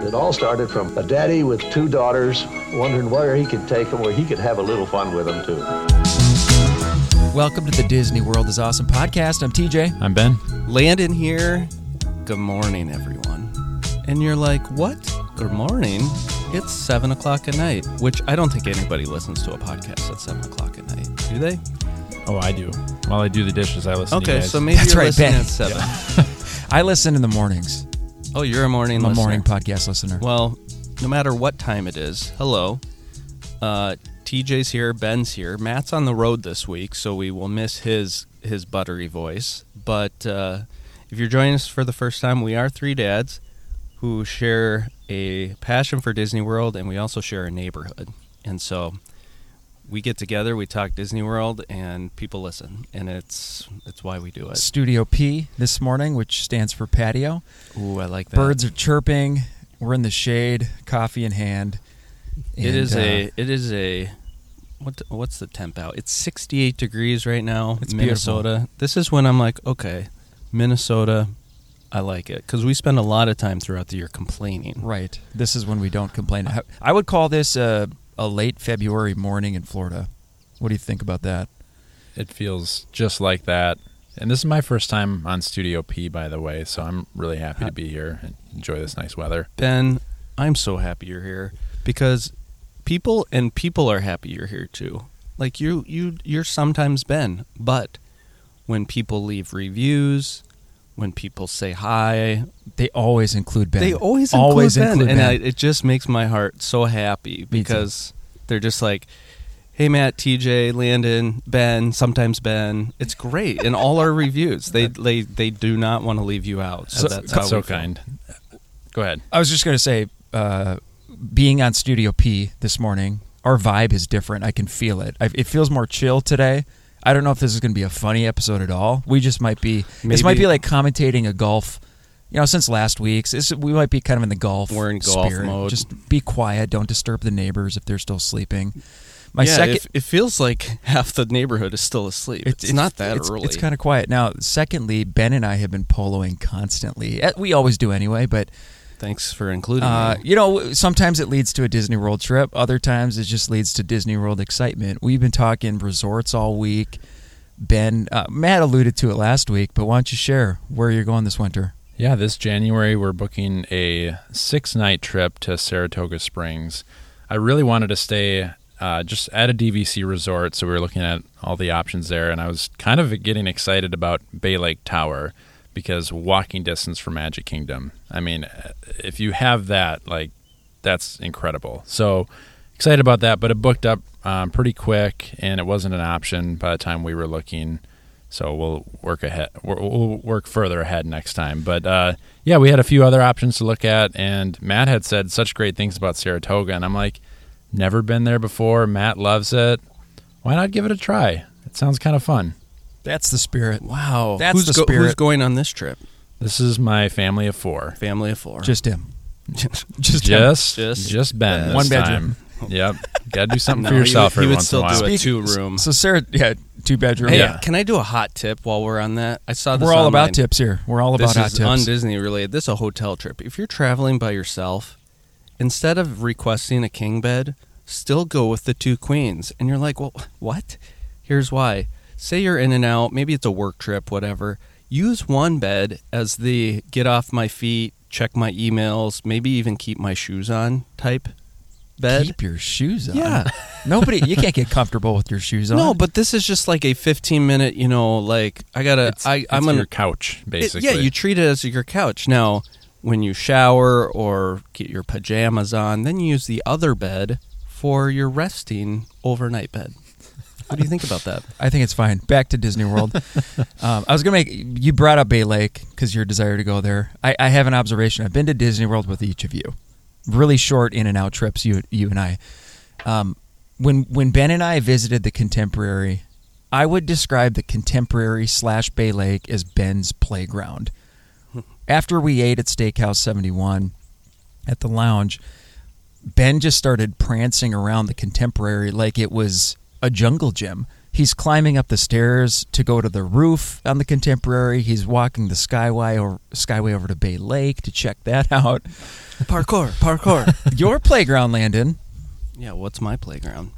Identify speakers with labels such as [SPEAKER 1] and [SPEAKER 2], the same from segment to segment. [SPEAKER 1] It all started from a daddy with two daughters wondering where he could take them, where he could have a little fun with them too.
[SPEAKER 2] Welcome to the Disney World is Awesome podcast. I'm TJ.
[SPEAKER 3] I'm Ben.
[SPEAKER 4] Landon here. Good morning, everyone. And you're like, what? Good morning? It's seven o'clock at night, which I don't think anybody listens to a podcast at seven o'clock at night, do they?
[SPEAKER 3] Oh, I do. While I do the dishes, I listen. to
[SPEAKER 4] Okay,
[SPEAKER 3] you guys.
[SPEAKER 4] so maybe
[SPEAKER 2] That's
[SPEAKER 4] you're
[SPEAKER 2] right,
[SPEAKER 4] listening
[SPEAKER 2] Ben.
[SPEAKER 4] at seven.
[SPEAKER 2] I listen in the mornings.
[SPEAKER 4] Oh, you're a morning
[SPEAKER 2] I'm a
[SPEAKER 4] listener.
[SPEAKER 2] morning podcast listener.
[SPEAKER 4] Well, no matter what time it is, hello. Uh, TJ's here, Ben's here, Matt's on the road this week, so we will miss his his buttery voice. But uh, if you're joining us for the first time, we are three dads who share a passion for Disney World, and we also share a neighborhood. And so we get together, we talk Disney World, and people listen, and it's it's why we do it.
[SPEAKER 2] Studio P this morning, which stands for patio.
[SPEAKER 4] Ooh, I like that.
[SPEAKER 2] Birds are chirping. We're in the shade, coffee in hand.
[SPEAKER 4] It is
[SPEAKER 2] And, uh,
[SPEAKER 4] a. It is a. What what's the temp out? It's 68 degrees right now.
[SPEAKER 2] It's
[SPEAKER 4] Minnesota. This is when I'm like, okay, Minnesota, I like it because we spend a lot of time throughout the year complaining.
[SPEAKER 2] right. This is when we don't complain. I- I would call this a, a late February morning in Florida. What do you think about that?
[SPEAKER 3] it feels just like that. And this is my first time on Studio P, by the way. So I'm really happy to be here and enjoy this nice weather.
[SPEAKER 4] Ben, I'm so happy you're here because people and people are happy you're here too. Like you, you, you're sometimes Ben, but when people leave reviews, when people say hi,
[SPEAKER 2] They always include Ben.
[SPEAKER 4] They always include
[SPEAKER 2] always
[SPEAKER 4] Ben,
[SPEAKER 2] include
[SPEAKER 4] and
[SPEAKER 2] Ben.
[SPEAKER 4] I, it just makes my heart so happy because they're just like, "Hey, Matt, TJ, Landon, Ben, sometimes Ben." It's great in all our reviews. They they they do not want to leave you out. So,
[SPEAKER 3] So,
[SPEAKER 4] that's
[SPEAKER 3] that's
[SPEAKER 4] how
[SPEAKER 3] so
[SPEAKER 4] we feel.
[SPEAKER 3] kind. Go ahead.
[SPEAKER 2] I was just going to say, uh, being on Studio P this morning, our vibe is different. I can feel it. I, it feels more chill today. I don't know if this is going to be a funny episode at all. We just might be. This might
[SPEAKER 4] Maybe-
[SPEAKER 2] be like commentating a golf. You know, since last week's, this, we might be kind of in the golf.
[SPEAKER 4] We're in golf
[SPEAKER 2] spirit.
[SPEAKER 4] mode.
[SPEAKER 2] Just be quiet. Don't disturb the neighbors if they're still sleeping. My
[SPEAKER 4] yeah,
[SPEAKER 2] second.
[SPEAKER 4] if- it feels like half the neighborhood is still asleep. It's, not that
[SPEAKER 2] it's,
[SPEAKER 4] early.
[SPEAKER 2] It's kind of quiet now. Secondly, Ben and I have been poloing constantly. Eh, We always do anyway, but
[SPEAKER 4] Thanks for including
[SPEAKER 2] uh,
[SPEAKER 4] me.
[SPEAKER 2] you know, sometimes it leads to a Disney World trip. Other times it just leads to Disney World excitement. We've been talking resorts all week. Ben, uh, Matt alluded to it last week, but why don't you share where you're going this winter?
[SPEAKER 3] Yeah, this January we're booking a six night trip to Saratoga Springs. I really wanted to stay uh, just at a DVC resort, so we were looking at all the options there, and I was kind of getting excited about Bay Lake Tower because walking distance from Magic Kingdom. I mean, if you have that, like, that's incredible. So excited about that, but it booked up um, pretty quick, and it wasn't an option by the time we were looking. So we'll work ahead. We'll we'll work further ahead next time. But uh, yeah, we had a few other options to look at, and Matt had said such great things about Saratoga, and I'm like, never been there before. Matt loves it. Why not give it a try? It sounds kind of fun.
[SPEAKER 2] That's the spirit.
[SPEAKER 4] wow,
[SPEAKER 2] That's
[SPEAKER 4] who's
[SPEAKER 2] the
[SPEAKER 4] who's
[SPEAKER 2] spirit.
[SPEAKER 4] going on this trip?
[SPEAKER 3] This is my family of four.
[SPEAKER 4] Family of four.
[SPEAKER 2] Just him. Just him.
[SPEAKER 3] Just,
[SPEAKER 4] Just
[SPEAKER 3] just, Ben.
[SPEAKER 4] Ben.
[SPEAKER 3] this
[SPEAKER 2] One bedroom.
[SPEAKER 3] time. Yep. Got to do something
[SPEAKER 4] No,
[SPEAKER 3] for
[SPEAKER 4] he
[SPEAKER 3] yourself
[SPEAKER 4] would-
[SPEAKER 3] every
[SPEAKER 4] he would
[SPEAKER 3] once
[SPEAKER 4] still
[SPEAKER 3] in a while.
[SPEAKER 4] do it. two room.
[SPEAKER 2] So Sarah, yeah, two bedroom.
[SPEAKER 4] Hey,
[SPEAKER 3] Yeah.
[SPEAKER 4] can I do a hot tip while we're on that? I saw this
[SPEAKER 2] We're all
[SPEAKER 4] online.
[SPEAKER 2] about tips here. We're all about
[SPEAKER 4] this
[SPEAKER 2] hot
[SPEAKER 4] is
[SPEAKER 2] tips.
[SPEAKER 4] on Disney related. This is a hotel trip. If you're traveling by yourself, instead of requesting a king bed, still go with the two queens. And you're like, well, what? Here's why. Say you're in and out. Maybe it's a work trip, whatever. Use one bed as the get off my feet, check my emails, maybe even keep my shoes on type bed.
[SPEAKER 2] Keep your shoes on.
[SPEAKER 4] Yeah.
[SPEAKER 2] Nobody, you can't get comfortable with your shoes on.
[SPEAKER 4] no, but this is just like a 15 minute, you know, like I gotta,
[SPEAKER 3] It's,
[SPEAKER 4] I, I'm
[SPEAKER 3] it's
[SPEAKER 4] gonna
[SPEAKER 3] your couch,
[SPEAKER 4] It-
[SPEAKER 3] basically.
[SPEAKER 4] yeah, you treat it as your couch. Now, when you shower or get your pajamas on, then you use the other bed for your resting overnight bed. What do you think about that?
[SPEAKER 2] I think it's fine. Back to Disney World. um, I was gonna make you brought up Bay Lake because your desire to go there. I, I have an observation. I've been to Disney World with each of you. Really short in and out trips. You you and I. Um, when when Ben and I visited the Contemporary, I would describe the Contemporary slash Bay Lake as Ben's playground. After we ate at Steakhouse Seventy One, at the lounge, Ben just started prancing around the contemporary like it was a jungle gym. He's climbing up the stairs to go to the roof on the Contemporary. He's walking the skyway or skyway over to Bay Lake to check that out.
[SPEAKER 4] Parkour, parkour.
[SPEAKER 2] Your playground, Landon.
[SPEAKER 4] yeah, what's my playground?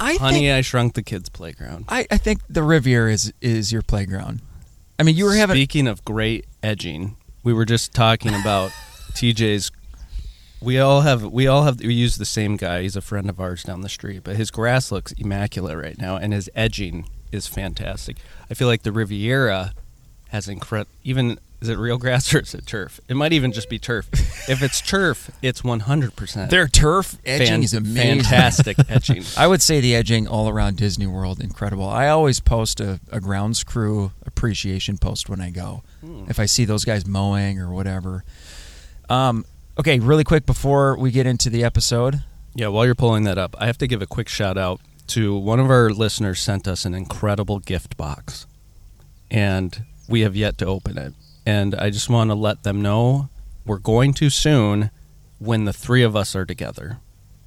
[SPEAKER 2] I
[SPEAKER 4] Honey, uh,
[SPEAKER 2] think
[SPEAKER 4] I Shrunk the Kids playground.
[SPEAKER 2] I, I think the Riviera is is your playground. I mean, you were having
[SPEAKER 4] Speaking of great edging, we were just talking about TJ's. We all have we all have we use the same guy. He's a friend of ours down the street, but his grass looks immaculate right now, and his edging is fantastic. I feel like the Riviera has incredible. Even is it real grass or is it turf? It might even just be turf. if it's turf, it's one hundred percent.
[SPEAKER 2] their turf edging is amazing.
[SPEAKER 4] Fantastic edging.
[SPEAKER 2] I would say the edging all around Disney World incredible. I always post a, a grounds crew appreciation post when I go, if I see those guys mowing or whatever. Um, okay, really quick before we get into the episode,
[SPEAKER 4] Yeah, while you're pulling that up, I have to give a quick shout out to one of our listeners sent us an incredible gift box. And we have yet to open it. And I just want to let them know we're going to soon when the three of us are together.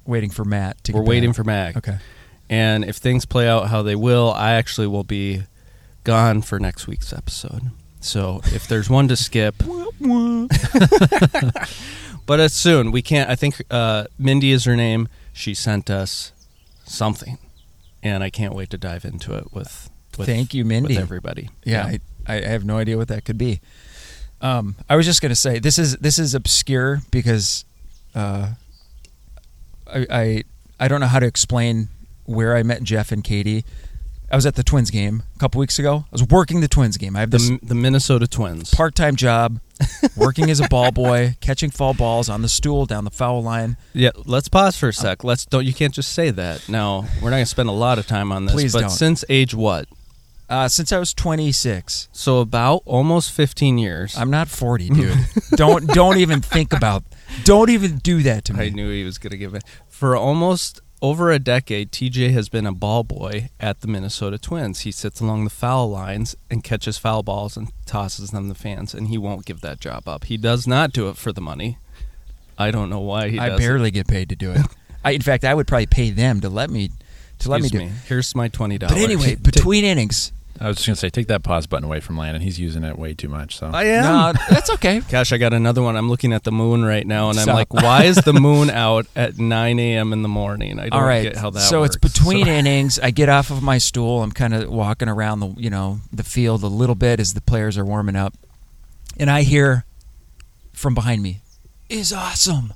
[SPEAKER 2] waiting for Matt to.
[SPEAKER 4] We're
[SPEAKER 2] get
[SPEAKER 4] waiting
[SPEAKER 2] back.
[SPEAKER 4] for Mag.
[SPEAKER 2] Okay,
[SPEAKER 4] And if things play out how they will, I actually will be gone for next week's episode. So if there's one to skip, but it's soon. We can't. I think uh, Mindy is her name. She sent us something, and I can't wait to dive into it with. with
[SPEAKER 2] Thank you, Mindy.
[SPEAKER 4] With everybody.
[SPEAKER 2] yeah, I, I have no idea what that could be. Um, I was just gonna say this is this is obscure because uh, I, I I don't know how to explain where I met Jeff and Katie. I was at the Twins game a couple weeks ago. I was working the Twins game. I have this
[SPEAKER 4] the the Minnesota Twins.
[SPEAKER 2] part-time job, working as a ball boy, catching foul balls on the stool down the foul line.
[SPEAKER 4] Yeah, let's pause for a
[SPEAKER 2] Uh,
[SPEAKER 4] sec. Let's don't. You can't just say that. Now we're not going to spend a lot of time on this.
[SPEAKER 2] Please
[SPEAKER 4] but
[SPEAKER 2] don't.
[SPEAKER 4] since age what?
[SPEAKER 2] Uh, since I was 26,
[SPEAKER 4] So about almost 15 years.
[SPEAKER 2] I'm not 40, dude. don't don't even think about. Don't even do that to me.
[SPEAKER 4] I knew he was going to give it. For almost over a decade, TJ has been a ball boy at the Minnesota Twins. He sits along the foul lines and catches foul balls and tosses them to fans, and he won't give that job up. He does not do it for the money. I don't know why he
[SPEAKER 2] I
[SPEAKER 4] does.
[SPEAKER 2] barely get paid to do it. I, in fact, I would probably pay them to let me to let me do.
[SPEAKER 4] me.
[SPEAKER 2] it.
[SPEAKER 4] Here's my twenty dollars.
[SPEAKER 2] But anyway, between innings,
[SPEAKER 3] I was just gonna say, take that pause button away from Landon. He's using it way too much. So
[SPEAKER 4] I am.
[SPEAKER 2] no, that's okay.
[SPEAKER 4] Gosh, I got another one. I'm looking at the moon right now, and I'm
[SPEAKER 2] Stop.
[SPEAKER 4] like, why is the moon out at 9 a.m. in the morning? I don't
[SPEAKER 2] All right.
[SPEAKER 4] get how that
[SPEAKER 2] so it's
[SPEAKER 4] works.
[SPEAKER 2] between innings. I get off of my stool. I'm kind of walking around the you know the field a little bit as the players are warming up, and I hear from behind me is awesome.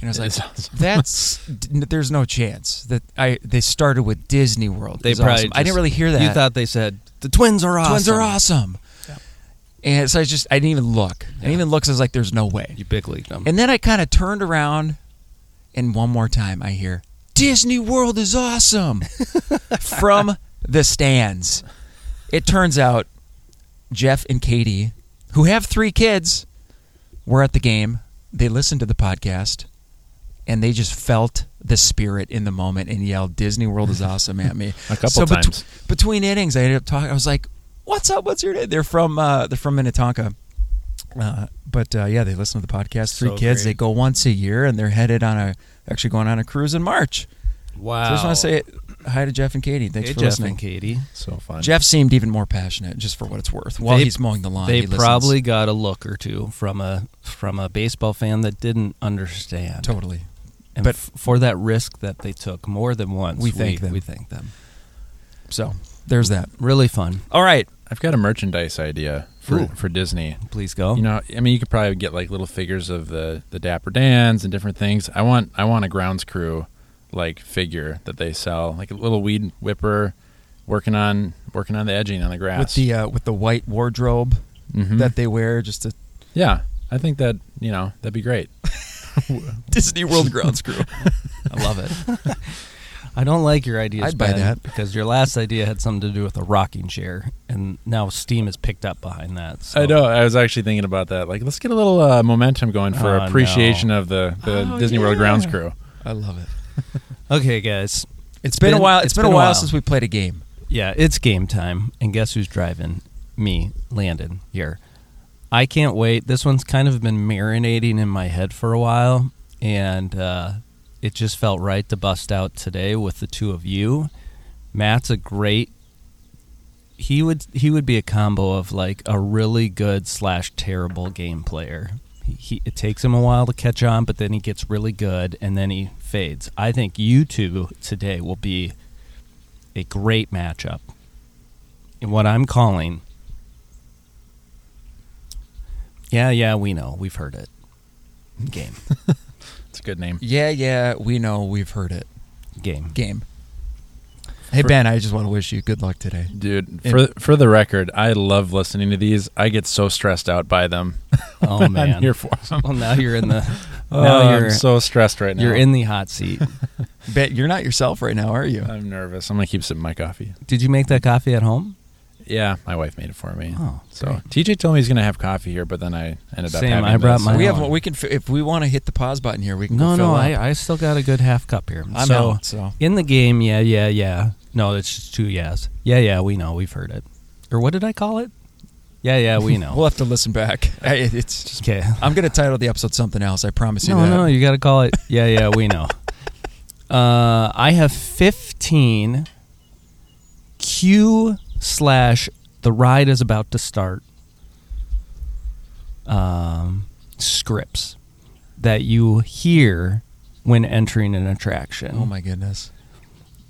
[SPEAKER 2] And I was like,
[SPEAKER 3] Is awesome.
[SPEAKER 2] that's d- there's no chance that I they started with Disney World.
[SPEAKER 4] They
[SPEAKER 2] is
[SPEAKER 4] probably
[SPEAKER 2] awesome. I didn't
[SPEAKER 4] just-
[SPEAKER 2] really hear that.
[SPEAKER 4] You thought they said the twins are awesome.
[SPEAKER 2] Twins are awesome. And so I just I didn't even look. I didn't even look. So I was like, "There's no way."
[SPEAKER 4] You big league them.
[SPEAKER 2] And then I kind of turned around, and one more time I hear, "Disney World is awesome," from the stands. It turns out Jeff and Katie, who have three kids, were at the game. They listened to the podcast, and they just felt the spirit in the moment and yelled, "Disney World is awesome" at me
[SPEAKER 3] a couple
[SPEAKER 2] so bet-
[SPEAKER 3] times.
[SPEAKER 2] between innings, I ended up talking. I was like, "What's up? What's your name?" They're from uh, they're from Minnetonka, uh, but uh, yeah, they listen to the podcast. Three
[SPEAKER 4] So
[SPEAKER 2] kids.
[SPEAKER 4] great.
[SPEAKER 2] They go once a year, and they're headed on a actually going on a cruise in March.
[SPEAKER 4] Wow.
[SPEAKER 2] So I just want to say hi to Jeff and Katie. Thanks
[SPEAKER 4] Oh. hey,
[SPEAKER 2] for
[SPEAKER 4] Jeff
[SPEAKER 2] listening.
[SPEAKER 4] and Katie.
[SPEAKER 3] so fun.
[SPEAKER 2] Jeff seemed even more passionate, just for what it's worth. While
[SPEAKER 4] They-
[SPEAKER 2] he's mowing the lawn, he
[SPEAKER 4] They
[SPEAKER 2] listens.
[SPEAKER 4] probably got a look or two from a from a baseball fan that didn't understand.
[SPEAKER 2] totally.
[SPEAKER 4] And
[SPEAKER 2] but-
[SPEAKER 4] f- for that risk that they took more than once,
[SPEAKER 2] We thank them.
[SPEAKER 4] We thank them.
[SPEAKER 2] So there's that.
[SPEAKER 4] Really fun.
[SPEAKER 2] All right,
[SPEAKER 3] I've got a merchandise idea for
[SPEAKER 4] Ooh.
[SPEAKER 3] for Disney.
[SPEAKER 4] Please go.
[SPEAKER 3] You know, I mean, you could probably get like little figures of the the Dapper Dans and different things. I want I want a grounds crew like figure that they sell, like a little weed whipper working on working on the edging on the grass.
[SPEAKER 2] with the uh, with the white wardrobe
[SPEAKER 4] Mm-hmm.
[SPEAKER 3] Mhm.
[SPEAKER 2] that they wear, just a
[SPEAKER 3] yeah, I think that you know that'd be great.
[SPEAKER 2] Disney World grounds crew. I love it.
[SPEAKER 4] I don't like your ideas.
[SPEAKER 2] I'd buy
[SPEAKER 4] Ben,
[SPEAKER 2] that.
[SPEAKER 4] because your last idea had something to do with a rocking chair, and now steam is picked up behind that. So.
[SPEAKER 3] I know. I was actually thinking about that. Like, let's get a little uh, momentum going for
[SPEAKER 4] Oh,
[SPEAKER 3] appreciation of the, the
[SPEAKER 2] Oh,
[SPEAKER 3] Disney World
[SPEAKER 2] yeah.
[SPEAKER 3] grounds crew.
[SPEAKER 2] I love it.
[SPEAKER 4] Okay, guys.
[SPEAKER 2] It's been, a
[SPEAKER 4] been-
[SPEAKER 2] while.
[SPEAKER 4] it's
[SPEAKER 2] it's been,
[SPEAKER 4] been
[SPEAKER 2] a
[SPEAKER 4] a
[SPEAKER 2] while,
[SPEAKER 4] while.
[SPEAKER 2] since we played a game.
[SPEAKER 4] Yeah, it's game time, and guess who's driving? Me, Landon here. I can't wait. This one's kind of been marinating in my head for a while, and uh, it just felt right to bust out today with the two of you Matt's a great. He would he would be a combo of like a really good slash terrible game player. He, he it takes him a while to catch on, but then he gets really good and then he fades. I think you two today will be a great matchup. And what I'm calling. Yeah, yeah, we know. We've heard it. Game.
[SPEAKER 3] It's a good name.
[SPEAKER 2] Yeah, yeah, we know. We've heard it.
[SPEAKER 4] Game.
[SPEAKER 2] Game. Hey,
[SPEAKER 3] For-
[SPEAKER 2] Ben, I just want to wish you good luck today.
[SPEAKER 3] Dude,
[SPEAKER 2] And-
[SPEAKER 3] for for the record, I love listening to these. I get so stressed out by them.
[SPEAKER 4] Oh man.
[SPEAKER 3] I'm here for them.
[SPEAKER 4] well, now you're in the now
[SPEAKER 3] Oh,
[SPEAKER 4] you're
[SPEAKER 3] I'm so stressed right now.
[SPEAKER 4] you're in the hot seat.
[SPEAKER 2] Bet you're not yourself right now, are you?
[SPEAKER 4] Uh,
[SPEAKER 3] I'm nervous. I'm gonna keep sipping my coffee.
[SPEAKER 4] Did you make that coffee at home?
[SPEAKER 3] Yeah, my wife made it for me.
[SPEAKER 4] Oh,
[SPEAKER 3] so TJ told me he's gonna have coffee here, but then I ended up.
[SPEAKER 4] Same,
[SPEAKER 3] Having
[SPEAKER 4] I brought
[SPEAKER 3] this.
[SPEAKER 4] mine.
[SPEAKER 2] we have.
[SPEAKER 4] own.
[SPEAKER 2] We can. fi- If we want to hit the pause button here, we can. go
[SPEAKER 4] No,
[SPEAKER 2] fill
[SPEAKER 4] no,
[SPEAKER 2] up.
[SPEAKER 4] I, I still got a good half cup here.
[SPEAKER 2] I'm
[SPEAKER 4] so
[SPEAKER 2] out. So
[SPEAKER 4] in the game, yeah, yeah, yeah. No, it's just two yes. Yeah, yeah, we know, we've heard it. Or what did I call it? Yeah, yeah, we know.
[SPEAKER 2] we'll have to listen back. I, it- it's. Just,
[SPEAKER 4] okay.
[SPEAKER 2] I'm gonna title the episode something else. I promise you
[SPEAKER 4] No,
[SPEAKER 2] that.
[SPEAKER 4] no, you got to call it. Yeah, yeah, we know. Uh, I have 15 Q slash the ride is about to start um, scripts that you hear when entering an attraction.
[SPEAKER 2] Oh my goodness.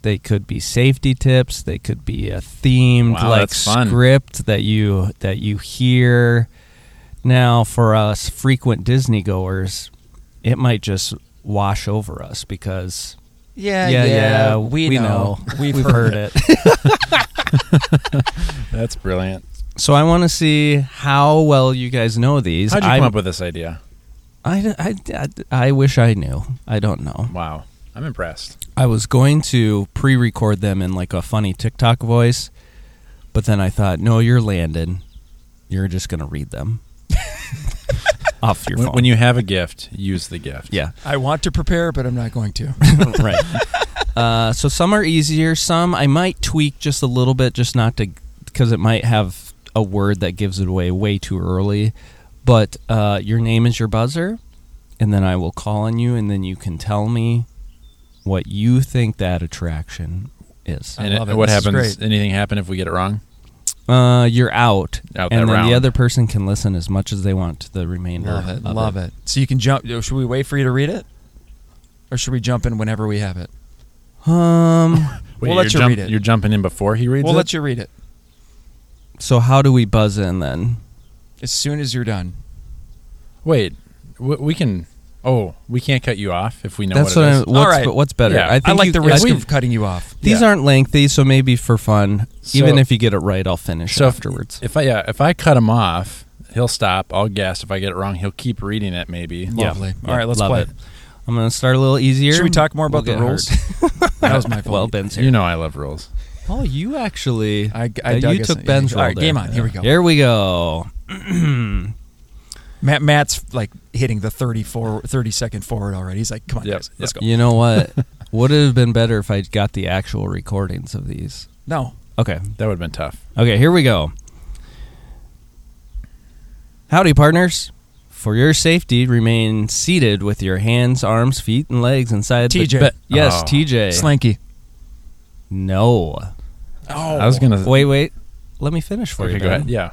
[SPEAKER 4] They could be safety tips. They could be a themed
[SPEAKER 3] Wow,
[SPEAKER 4] like
[SPEAKER 3] that's fun.
[SPEAKER 4] script that you that you hear. Now, for us frequent Disney goers, it might just wash over us because
[SPEAKER 2] Yeah,
[SPEAKER 4] yeah, yeah,
[SPEAKER 2] we, know.
[SPEAKER 4] we've, heard it.
[SPEAKER 3] That's brilliant.
[SPEAKER 4] so I want to see how well you guys know these.
[SPEAKER 3] How'd you
[SPEAKER 4] I'm-
[SPEAKER 3] come up with this idea?
[SPEAKER 4] I, I, I, I wish I knew. I don't know.
[SPEAKER 3] Wow, I'm impressed.
[SPEAKER 4] I was going to pre-record them in like a funny TikTok voice, but then I thought, no, you're Landon. You're just gonna read them off your
[SPEAKER 3] When,
[SPEAKER 4] phone.
[SPEAKER 3] when you have a gift, use the gift.
[SPEAKER 4] yeah,
[SPEAKER 2] I want to prepare, but I'm not going to.
[SPEAKER 4] right. uh, so some are easier. Some I might tweak just a little bit, just not to, because it might have a word that gives it away way too early. But uh, your name is your buzzer, and then I will call on you, and then you can tell me what you think that attraction is.
[SPEAKER 2] I
[SPEAKER 3] And
[SPEAKER 2] love
[SPEAKER 3] it,
[SPEAKER 2] it.
[SPEAKER 3] what
[SPEAKER 2] This is
[SPEAKER 3] happens?
[SPEAKER 2] great.
[SPEAKER 3] Anything happen if we get it wrong?
[SPEAKER 4] Uh, you're out,
[SPEAKER 3] Out that
[SPEAKER 4] and then
[SPEAKER 3] round.
[SPEAKER 4] the other person can listen as much as they want to the remainder.
[SPEAKER 2] Love it.
[SPEAKER 4] of
[SPEAKER 2] Love it. So you can jump. oh, Should we wait for you to read it? Or should we jump in whenever we have it?
[SPEAKER 4] Um.
[SPEAKER 2] We'll let
[SPEAKER 3] you're
[SPEAKER 2] you read it.
[SPEAKER 3] You're jumping in before he reads
[SPEAKER 2] We'll
[SPEAKER 3] it.
[SPEAKER 2] let you read it
[SPEAKER 4] So how do we buzz in then?
[SPEAKER 2] as soon as you're done.
[SPEAKER 3] Wait, we, we can. Oh, we can't cut you off if we know
[SPEAKER 4] That's
[SPEAKER 3] what
[SPEAKER 4] what.
[SPEAKER 3] it is.
[SPEAKER 4] I'm, what's,
[SPEAKER 2] All right.
[SPEAKER 4] but what's better?
[SPEAKER 3] Yeah. I
[SPEAKER 2] I like
[SPEAKER 4] you-
[SPEAKER 2] the
[SPEAKER 4] I
[SPEAKER 2] risk
[SPEAKER 4] think-
[SPEAKER 2] of cutting you off.
[SPEAKER 4] These
[SPEAKER 3] yeah.
[SPEAKER 4] aren't lengthy, so maybe for fun.
[SPEAKER 3] So-
[SPEAKER 4] even if you get it right, I'll finish
[SPEAKER 3] So
[SPEAKER 4] it
[SPEAKER 3] if-
[SPEAKER 4] afterwards.
[SPEAKER 3] Oh, If I yeah, if I cut him off, he'll stop. I'll guess. If I get it wrong, he'll keep reading it. Maybe.
[SPEAKER 2] Lovely. All right, let's
[SPEAKER 4] Love
[SPEAKER 2] play
[SPEAKER 4] it. I'm gonna start a little easier.
[SPEAKER 2] Should we talk more about
[SPEAKER 4] We'll
[SPEAKER 2] the
[SPEAKER 4] get
[SPEAKER 2] rules?
[SPEAKER 4] hard.
[SPEAKER 2] that was my fault.
[SPEAKER 4] well, Ben's here.
[SPEAKER 3] You know I love rules.
[SPEAKER 4] oh, you actually.
[SPEAKER 2] I- I
[SPEAKER 4] uh,
[SPEAKER 2] dug
[SPEAKER 4] you
[SPEAKER 2] us-
[SPEAKER 4] took Ben's
[SPEAKER 2] All right,
[SPEAKER 4] role there.
[SPEAKER 2] game on. Here we go.
[SPEAKER 4] Here we go.
[SPEAKER 2] Matt, Matt's like hitting the 34, 30 second forward already. He's like, come on,
[SPEAKER 3] Yep,
[SPEAKER 2] guys, let's go.
[SPEAKER 4] You know what? Would it have been better if I got the actual recordings of these?
[SPEAKER 2] No.
[SPEAKER 4] Okay.
[SPEAKER 3] That would have been tough.
[SPEAKER 4] Okay, here we go. Howdy, partners. For your safety, remain seated with your hands, arms, feet, and legs inside the
[SPEAKER 2] TJ.
[SPEAKER 4] ba- yes,
[SPEAKER 3] Oh.
[SPEAKER 4] TJ.
[SPEAKER 2] Slanky.
[SPEAKER 4] no.
[SPEAKER 2] Oh.
[SPEAKER 3] I was gonna.
[SPEAKER 4] Wait, wait. Let me finish for
[SPEAKER 3] Okay,
[SPEAKER 4] you.
[SPEAKER 3] go
[SPEAKER 4] Ben.
[SPEAKER 3] ahead. Yeah.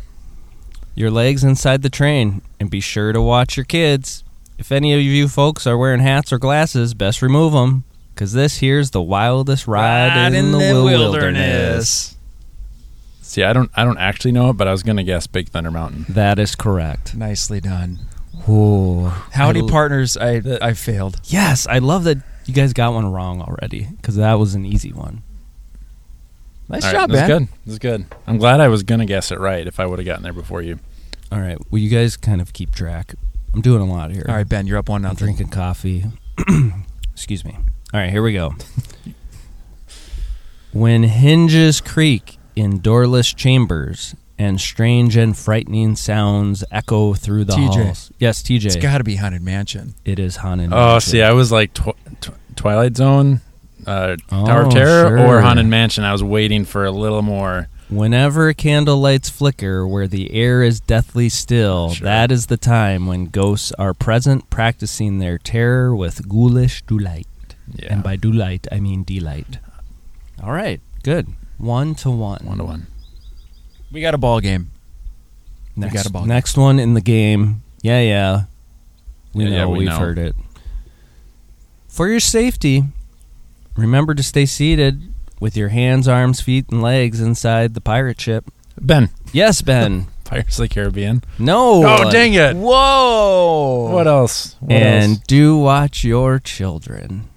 [SPEAKER 4] Your legs inside the train, and be sure to watch your kids. If any of you folks are wearing hats or glasses, best remove them, because this here's the wildest ride, wil-
[SPEAKER 3] See, I don't. I don't actually know it, but I was gonna guess Big Thunder Mountain.
[SPEAKER 4] That is correct.
[SPEAKER 2] Nicely done.
[SPEAKER 4] Ooh.
[SPEAKER 2] Howdy,
[SPEAKER 4] I-
[SPEAKER 2] partners. I I failed.
[SPEAKER 4] Yes, I love that you guys got one wrong already because that was an easy one.
[SPEAKER 2] Nice
[SPEAKER 3] All right,
[SPEAKER 2] job,
[SPEAKER 3] that's
[SPEAKER 2] Ben.
[SPEAKER 3] good. That's good. I'm glad I was gonna guess it right. If I would have gotten there before you.
[SPEAKER 4] All right, well, you guys kind of keep track. I'm doing a lot here.
[SPEAKER 2] All right, Ben, you're up one
[SPEAKER 4] I'm
[SPEAKER 2] nothing.
[SPEAKER 4] drinking coffee. Excuse me. All right, here we go. when hinges creak in doorless chambers and strange and frightening sounds echo through the
[SPEAKER 2] TJ.
[SPEAKER 4] halls. Yes, TJ.
[SPEAKER 2] It's got to be haunted mansion.
[SPEAKER 4] it is haunted.
[SPEAKER 3] Oh,
[SPEAKER 4] Mansion.
[SPEAKER 3] see, I was like tw- tw- Twilight Zone, uh, Tower
[SPEAKER 4] Oh,
[SPEAKER 3] of Terror,
[SPEAKER 4] sure.
[SPEAKER 3] or Haunted Mansion. I was waiting for a little more.
[SPEAKER 4] Whenever candle lights flicker where the air is deathly still,
[SPEAKER 3] Sure.
[SPEAKER 4] that is the time when ghosts are present practicing their terror with ghoulish delight.
[SPEAKER 3] Yeah.
[SPEAKER 4] And by delight, I mean delight. All right. Good. One to one.
[SPEAKER 3] One to one.
[SPEAKER 2] We got a ball game.
[SPEAKER 4] Next,
[SPEAKER 2] got a ball.
[SPEAKER 4] next one in the game. Yeah, yeah. We
[SPEAKER 3] Yeah,
[SPEAKER 4] know
[SPEAKER 3] yeah, we
[SPEAKER 4] we have
[SPEAKER 3] know.
[SPEAKER 4] heard it. For your safety, remember to stay seated with your hands, arms, feet, and legs inside the pirate ship.
[SPEAKER 3] Ben,
[SPEAKER 4] Yes, Ben.
[SPEAKER 3] Pirates of the Caribbean.
[SPEAKER 4] no.
[SPEAKER 3] Oh, dang it.
[SPEAKER 4] Whoa.
[SPEAKER 3] What else? What
[SPEAKER 4] and
[SPEAKER 3] else?
[SPEAKER 4] do watch your children.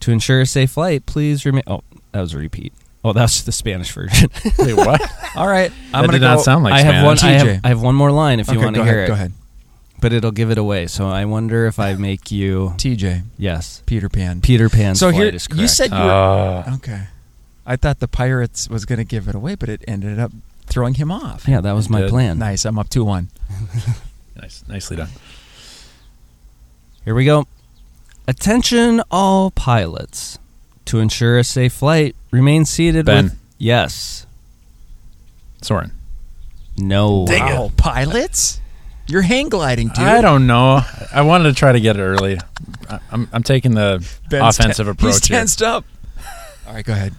[SPEAKER 4] To ensure a safe flight, please remain. Oh, that was a repeat. Oh, that's the Spanish version.
[SPEAKER 3] Wait, what?
[SPEAKER 2] All right. I'm
[SPEAKER 3] that
[SPEAKER 2] gonna
[SPEAKER 3] did not
[SPEAKER 2] go-
[SPEAKER 3] sound like
[SPEAKER 4] I have one.
[SPEAKER 3] Spanish.
[SPEAKER 4] I
[SPEAKER 2] TJ.
[SPEAKER 4] have, I have one more line if
[SPEAKER 2] Okay,
[SPEAKER 4] you want
[SPEAKER 2] go
[SPEAKER 4] to hear
[SPEAKER 2] ahead,
[SPEAKER 4] it.
[SPEAKER 2] Go ahead.
[SPEAKER 4] but it'll give it away. So I wonder if I make you
[SPEAKER 2] TJ
[SPEAKER 4] yes,
[SPEAKER 2] Peter Pan.
[SPEAKER 4] Peter Pan.
[SPEAKER 2] so here
[SPEAKER 4] is correct.
[SPEAKER 2] you said you were
[SPEAKER 3] Uh,
[SPEAKER 2] okay. I thought the Pirates was going to give it away, but it ended up throwing him off.
[SPEAKER 4] yeah, that was my
[SPEAKER 3] Good.
[SPEAKER 4] plan.
[SPEAKER 2] Nice. I'm up two one.
[SPEAKER 3] nice, nicely done.
[SPEAKER 4] Here we go. Attention, all pilots. To ensure a safe flight, remain seated.
[SPEAKER 3] Ben.
[SPEAKER 4] With, yes,
[SPEAKER 3] Soren.
[SPEAKER 4] no.
[SPEAKER 2] wow, pilots! You're hang gliding, dude.
[SPEAKER 3] I don't know. I wanted to try to get it early. I- I'm, I'm taking the
[SPEAKER 2] Ben's
[SPEAKER 3] offensive
[SPEAKER 2] ten-
[SPEAKER 3] approach
[SPEAKER 2] He's
[SPEAKER 3] here.
[SPEAKER 2] tensed up. All right, go ahead.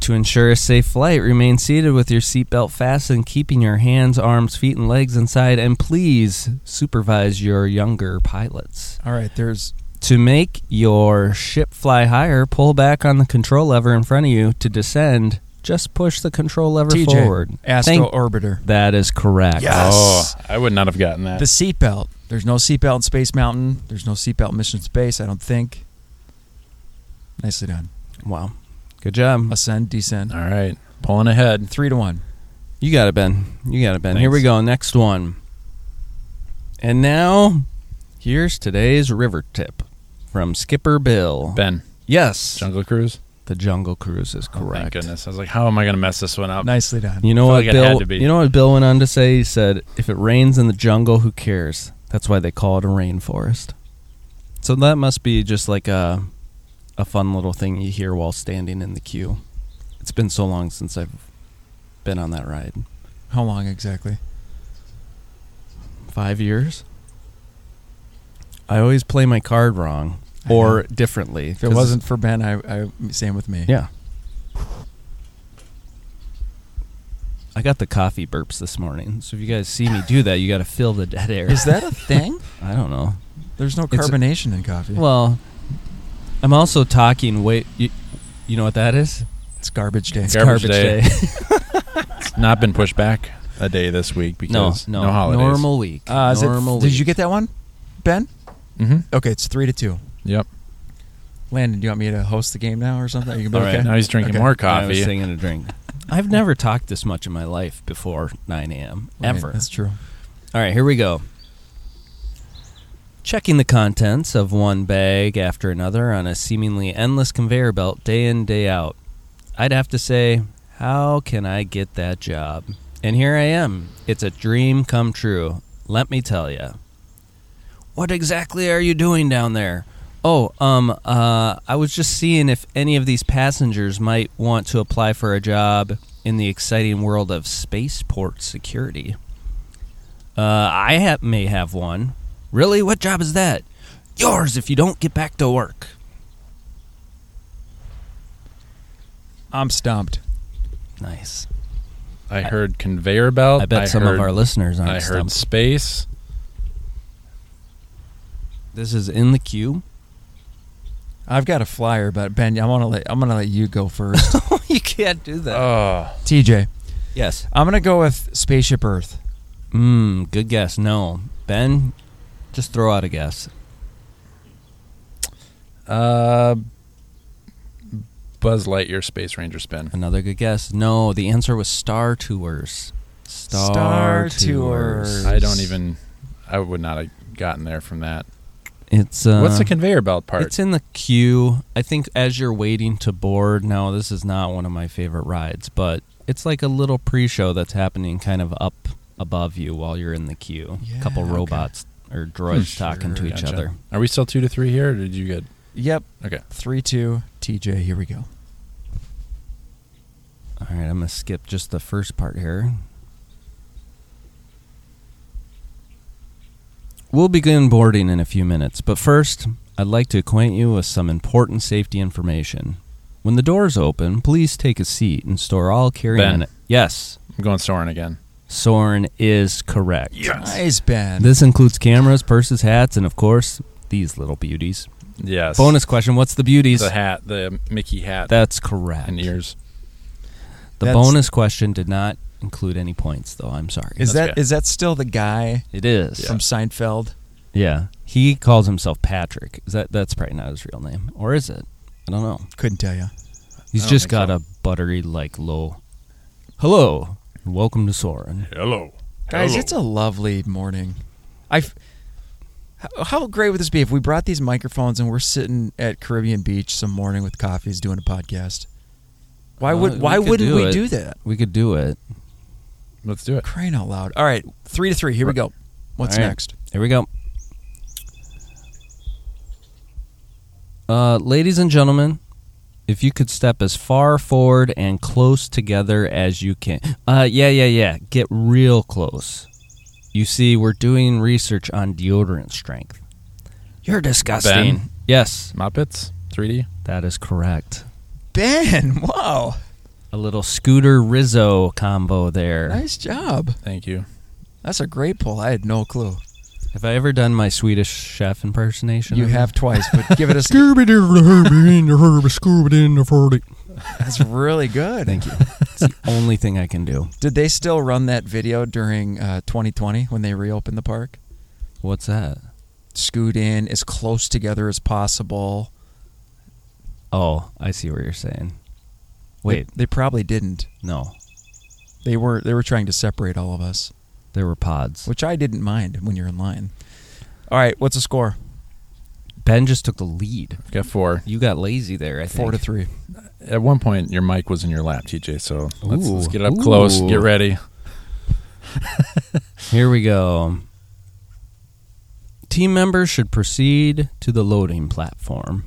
[SPEAKER 4] To ensure a safe flight, remain seated with your seatbelt fastened, keeping your hands, arms, feet, and legs inside, and please supervise your younger pilots.
[SPEAKER 2] All right, there's
[SPEAKER 4] To make your ship fly higher, pull back on the control lever in front of you. To descend, just push the control lever
[SPEAKER 2] TJ
[SPEAKER 4] forward.
[SPEAKER 2] Astro
[SPEAKER 4] Thank-
[SPEAKER 2] Orbiter.
[SPEAKER 4] that is correct.
[SPEAKER 2] Yeah.
[SPEAKER 3] Oh, I would not have gotten that.
[SPEAKER 2] The seatbelt. There's no seatbelt in Space Mountain. There's no seatbelt in Mission Space. I don't think. Nicely done.
[SPEAKER 4] Wow. Good job.
[SPEAKER 2] Ascend, descend.
[SPEAKER 3] All right, pulling ahead.
[SPEAKER 2] Three to one.
[SPEAKER 4] You got it, Ben. You got it, Ben. Here
[SPEAKER 3] Thanks.
[SPEAKER 4] we go. Next one. And now, here's today's river tip from Skipper Bill.
[SPEAKER 3] Ben,
[SPEAKER 4] Yes.
[SPEAKER 3] Jungle Cruise.
[SPEAKER 4] The Jungle Cruise is
[SPEAKER 3] Oh, thank
[SPEAKER 4] correct.
[SPEAKER 3] goodness. I was like, how am I going to mess this one up?
[SPEAKER 2] Nicely done.
[SPEAKER 4] You
[SPEAKER 3] Felt
[SPEAKER 4] know what
[SPEAKER 3] like it had
[SPEAKER 4] Bill?
[SPEAKER 3] to be.
[SPEAKER 4] You know what Bill went on to say? He said, "If it rains in the jungle, who cares?" That's why they call it a rainforest. So that must be just like a a fun little thing you hear while standing in the queue. It's been so long since I've been on that ride.
[SPEAKER 2] How long exactly?
[SPEAKER 4] Five years. I always play my card wrong
[SPEAKER 2] I know.
[SPEAKER 4] or differently.
[SPEAKER 2] If it wasn't for Ben, I, I same with me.
[SPEAKER 4] yeah. I got the coffee burps this morning, so if you guys see me do that, you got to fill the dead air.
[SPEAKER 2] Is that a thing?
[SPEAKER 4] I don't know.
[SPEAKER 2] There's no
[SPEAKER 4] It's a-
[SPEAKER 2] carbonation in coffee.
[SPEAKER 4] Well, I'm also talking. Wait, you, you know what that is?
[SPEAKER 2] it's garbage day.
[SPEAKER 3] Gar- Garbage day. It's not been pushed back a day this week
[SPEAKER 4] no,
[SPEAKER 3] because
[SPEAKER 4] no,
[SPEAKER 3] holidays.
[SPEAKER 4] normal week.
[SPEAKER 2] Uh, is it-
[SPEAKER 4] normal.
[SPEAKER 2] did you get that one, Ben?
[SPEAKER 3] hmm
[SPEAKER 2] Okay, it's three to two.
[SPEAKER 3] Yep.
[SPEAKER 2] Landon, do you want me to host the game now or something? You can be
[SPEAKER 3] All right.
[SPEAKER 2] okay?
[SPEAKER 3] Now he's drinking
[SPEAKER 2] Okay.
[SPEAKER 3] more
[SPEAKER 4] I was
[SPEAKER 3] coffee.
[SPEAKER 4] singing a drink. I've never talked this much in my life before 9 a.m.
[SPEAKER 2] Right,
[SPEAKER 4] Ever.
[SPEAKER 2] That's true.
[SPEAKER 4] All right, here we go. Checking the contents of one bag after another on a seemingly endless conveyor belt day in, day out. I'd have to say, how can I get that job? And here I am. It's a dream come true. Let me tell you. What exactly are you doing down there? Oh, um, uh, I was just seeing if any of these passengers might want to apply for a job in the exciting world of spaceport security. Uh, I ha- may have one. Really? What job is that? Yours if you don't get back to work.
[SPEAKER 2] I'm stumped.
[SPEAKER 4] Nice.
[SPEAKER 3] I heard conveyor belt.
[SPEAKER 4] I bet some
[SPEAKER 3] Oh, heard,
[SPEAKER 4] of our listeners aren't
[SPEAKER 3] I heard
[SPEAKER 4] stumped.
[SPEAKER 3] space.
[SPEAKER 4] This is in the queue.
[SPEAKER 2] I've got a flyer, but Ben, I want to let I'm gonna let you go first.
[SPEAKER 4] you can't do that.
[SPEAKER 3] Oh,
[SPEAKER 2] TJ,
[SPEAKER 4] yes.
[SPEAKER 2] I'm gonna go with Spaceship Earth.
[SPEAKER 4] Mmm, good guess. No. Ben, just throw out a guess.
[SPEAKER 3] uh, Buzz Lightyear, Space Ranger spin.
[SPEAKER 4] Another good guess. No, the answer was Star Tours.
[SPEAKER 2] Star Tours.
[SPEAKER 3] I don't even. I would not have gotten there from that.
[SPEAKER 4] It's uh,
[SPEAKER 3] What's the conveyor belt part?
[SPEAKER 4] It's in the queue. I think as you're waiting to board. Now, this is not one of my favorite rides, but it's like a little pre-show that's happening kind of up above you while you're in the queue.
[SPEAKER 2] Yeah,
[SPEAKER 4] a couple
[SPEAKER 2] okay.
[SPEAKER 4] robots or droids talking to
[SPEAKER 2] Sure,
[SPEAKER 4] each
[SPEAKER 3] Gotcha.
[SPEAKER 4] other.
[SPEAKER 3] Are we still two to three here? Or did you get
[SPEAKER 2] Yep.
[SPEAKER 3] okay?
[SPEAKER 2] Three two. TJ, here we go.
[SPEAKER 4] All right, I'm gonna skip just the first part here. We'll begin boarding in a few minutes, but first, I'd like to acquaint you with some important safety information. When the doors open, please take a seat and store all carry-on.
[SPEAKER 3] Ben.
[SPEAKER 4] Yes,
[SPEAKER 3] I'm going soaring again.
[SPEAKER 4] Soren is correct.
[SPEAKER 2] Nice, Ben.
[SPEAKER 4] This includes cameras, purses, hats, and of course these little beauties.
[SPEAKER 3] Yes.
[SPEAKER 4] Bonus question: What's the beauties?
[SPEAKER 3] The hat, the Mickey hat,
[SPEAKER 4] That's correct.
[SPEAKER 3] and ears.
[SPEAKER 4] The
[SPEAKER 2] That's-
[SPEAKER 4] bonus question did not include any points, though. I'm sorry.
[SPEAKER 2] is that is
[SPEAKER 3] okay.
[SPEAKER 2] that still the guy
[SPEAKER 4] it is.
[SPEAKER 2] from Seinfeld?
[SPEAKER 4] Yeah. He calls himself Patrick. Is that that's probably not his real name, or is it? I don't know.
[SPEAKER 2] Couldn't tell you.
[SPEAKER 4] He's
[SPEAKER 3] don't
[SPEAKER 4] just
[SPEAKER 3] think
[SPEAKER 4] got
[SPEAKER 3] so.
[SPEAKER 4] a buttery like low. Hello, and welcome to Soren.
[SPEAKER 3] Hello.
[SPEAKER 4] Oh.
[SPEAKER 2] Guys, it's a lovely morning. I. f- how- How great would this be if we brought these microphones and we're sitting at Caribbean Beach some morning with coffees doing a podcast? Why
[SPEAKER 4] Uh,
[SPEAKER 2] would
[SPEAKER 4] we
[SPEAKER 2] why
[SPEAKER 4] could
[SPEAKER 2] wouldn't
[SPEAKER 4] do
[SPEAKER 2] we
[SPEAKER 4] it.
[SPEAKER 2] do that?
[SPEAKER 4] We could do it.
[SPEAKER 3] Let's do it.
[SPEAKER 2] Crying out loud! All right, three to three. Here we go. What's
[SPEAKER 4] All right.
[SPEAKER 2] next?
[SPEAKER 4] Here we go. Uh, ladies and gentlemen, if you could step as far forward and close together as you can. Uh, yeah, yeah, yeah. Get real close. You see, we're doing research on deodorant strength. You're disgusting.
[SPEAKER 3] Ben?
[SPEAKER 4] Yes,
[SPEAKER 3] Muppets 3D.
[SPEAKER 4] that is correct.
[SPEAKER 2] Ben, wow,
[SPEAKER 4] A little Scooter Rizzo combo there.
[SPEAKER 2] nice job.
[SPEAKER 3] Thank you.
[SPEAKER 2] That's a great pull. I had no clue.
[SPEAKER 4] Have I ever done my Swedish chef impersonation?
[SPEAKER 2] You have twice, but give it a.
[SPEAKER 4] Scooby Doo, the Herbie, in the Herbie, Scooby Doo, in the Ferdy.
[SPEAKER 2] That's really good.
[SPEAKER 4] Thank you. It's the only thing I can do.
[SPEAKER 2] Did they still run that video during uh, 2020 when they reopened the park?
[SPEAKER 4] What's that?
[SPEAKER 2] Scoot in as close together as possible.
[SPEAKER 4] Oh, I see what you're saying. Wait,
[SPEAKER 2] they, they probably didn't.
[SPEAKER 4] no.
[SPEAKER 2] They were they were trying to separate all of us,
[SPEAKER 4] There were pods.
[SPEAKER 2] which I didn't mind when you're in line. All right, what's the score?
[SPEAKER 4] Ben just took the lead.
[SPEAKER 3] I've got four.
[SPEAKER 4] You got lazy there, I
[SPEAKER 2] Four to three.
[SPEAKER 3] At one point, your mic was in your lap, TJ. So let's, let's
[SPEAKER 4] Ooh.
[SPEAKER 3] get it up close.
[SPEAKER 4] Ooh.
[SPEAKER 3] Get ready.
[SPEAKER 4] Here we go. Team members should proceed to the loading platform.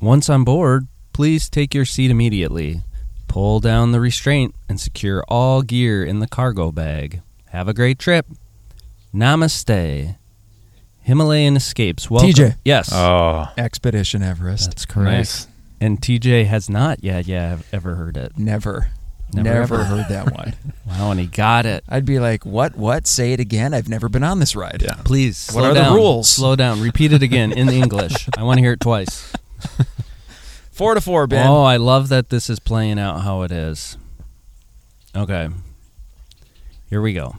[SPEAKER 4] Once on board, please take your seat immediately. Pull down the restraint and secure all gear in the cargo bag. Have a great trip. Namaste. Himalayan escapes. Welcome.
[SPEAKER 2] TJ.
[SPEAKER 4] Yes.
[SPEAKER 3] Oh,
[SPEAKER 2] Ah. Expedition Everest.
[SPEAKER 4] That's correct.
[SPEAKER 3] nice.
[SPEAKER 4] And TJ has not yet, yeah, ever heard it.
[SPEAKER 2] Never.
[SPEAKER 4] Never
[SPEAKER 2] Never,
[SPEAKER 4] ever.
[SPEAKER 2] heard that one.
[SPEAKER 4] Wow, and he got it.
[SPEAKER 2] I'd be like, what? What? Say it again. I've never been on this ride.
[SPEAKER 3] Yeah.
[SPEAKER 4] Please.
[SPEAKER 2] What
[SPEAKER 4] Slow
[SPEAKER 2] are the
[SPEAKER 4] down.
[SPEAKER 2] rules?
[SPEAKER 4] Slow down. Repeat it again in English. I want to hear it twice.
[SPEAKER 2] Four to four, Ben.
[SPEAKER 4] Oh, I love that this is playing out how it is. Okay. Here we go.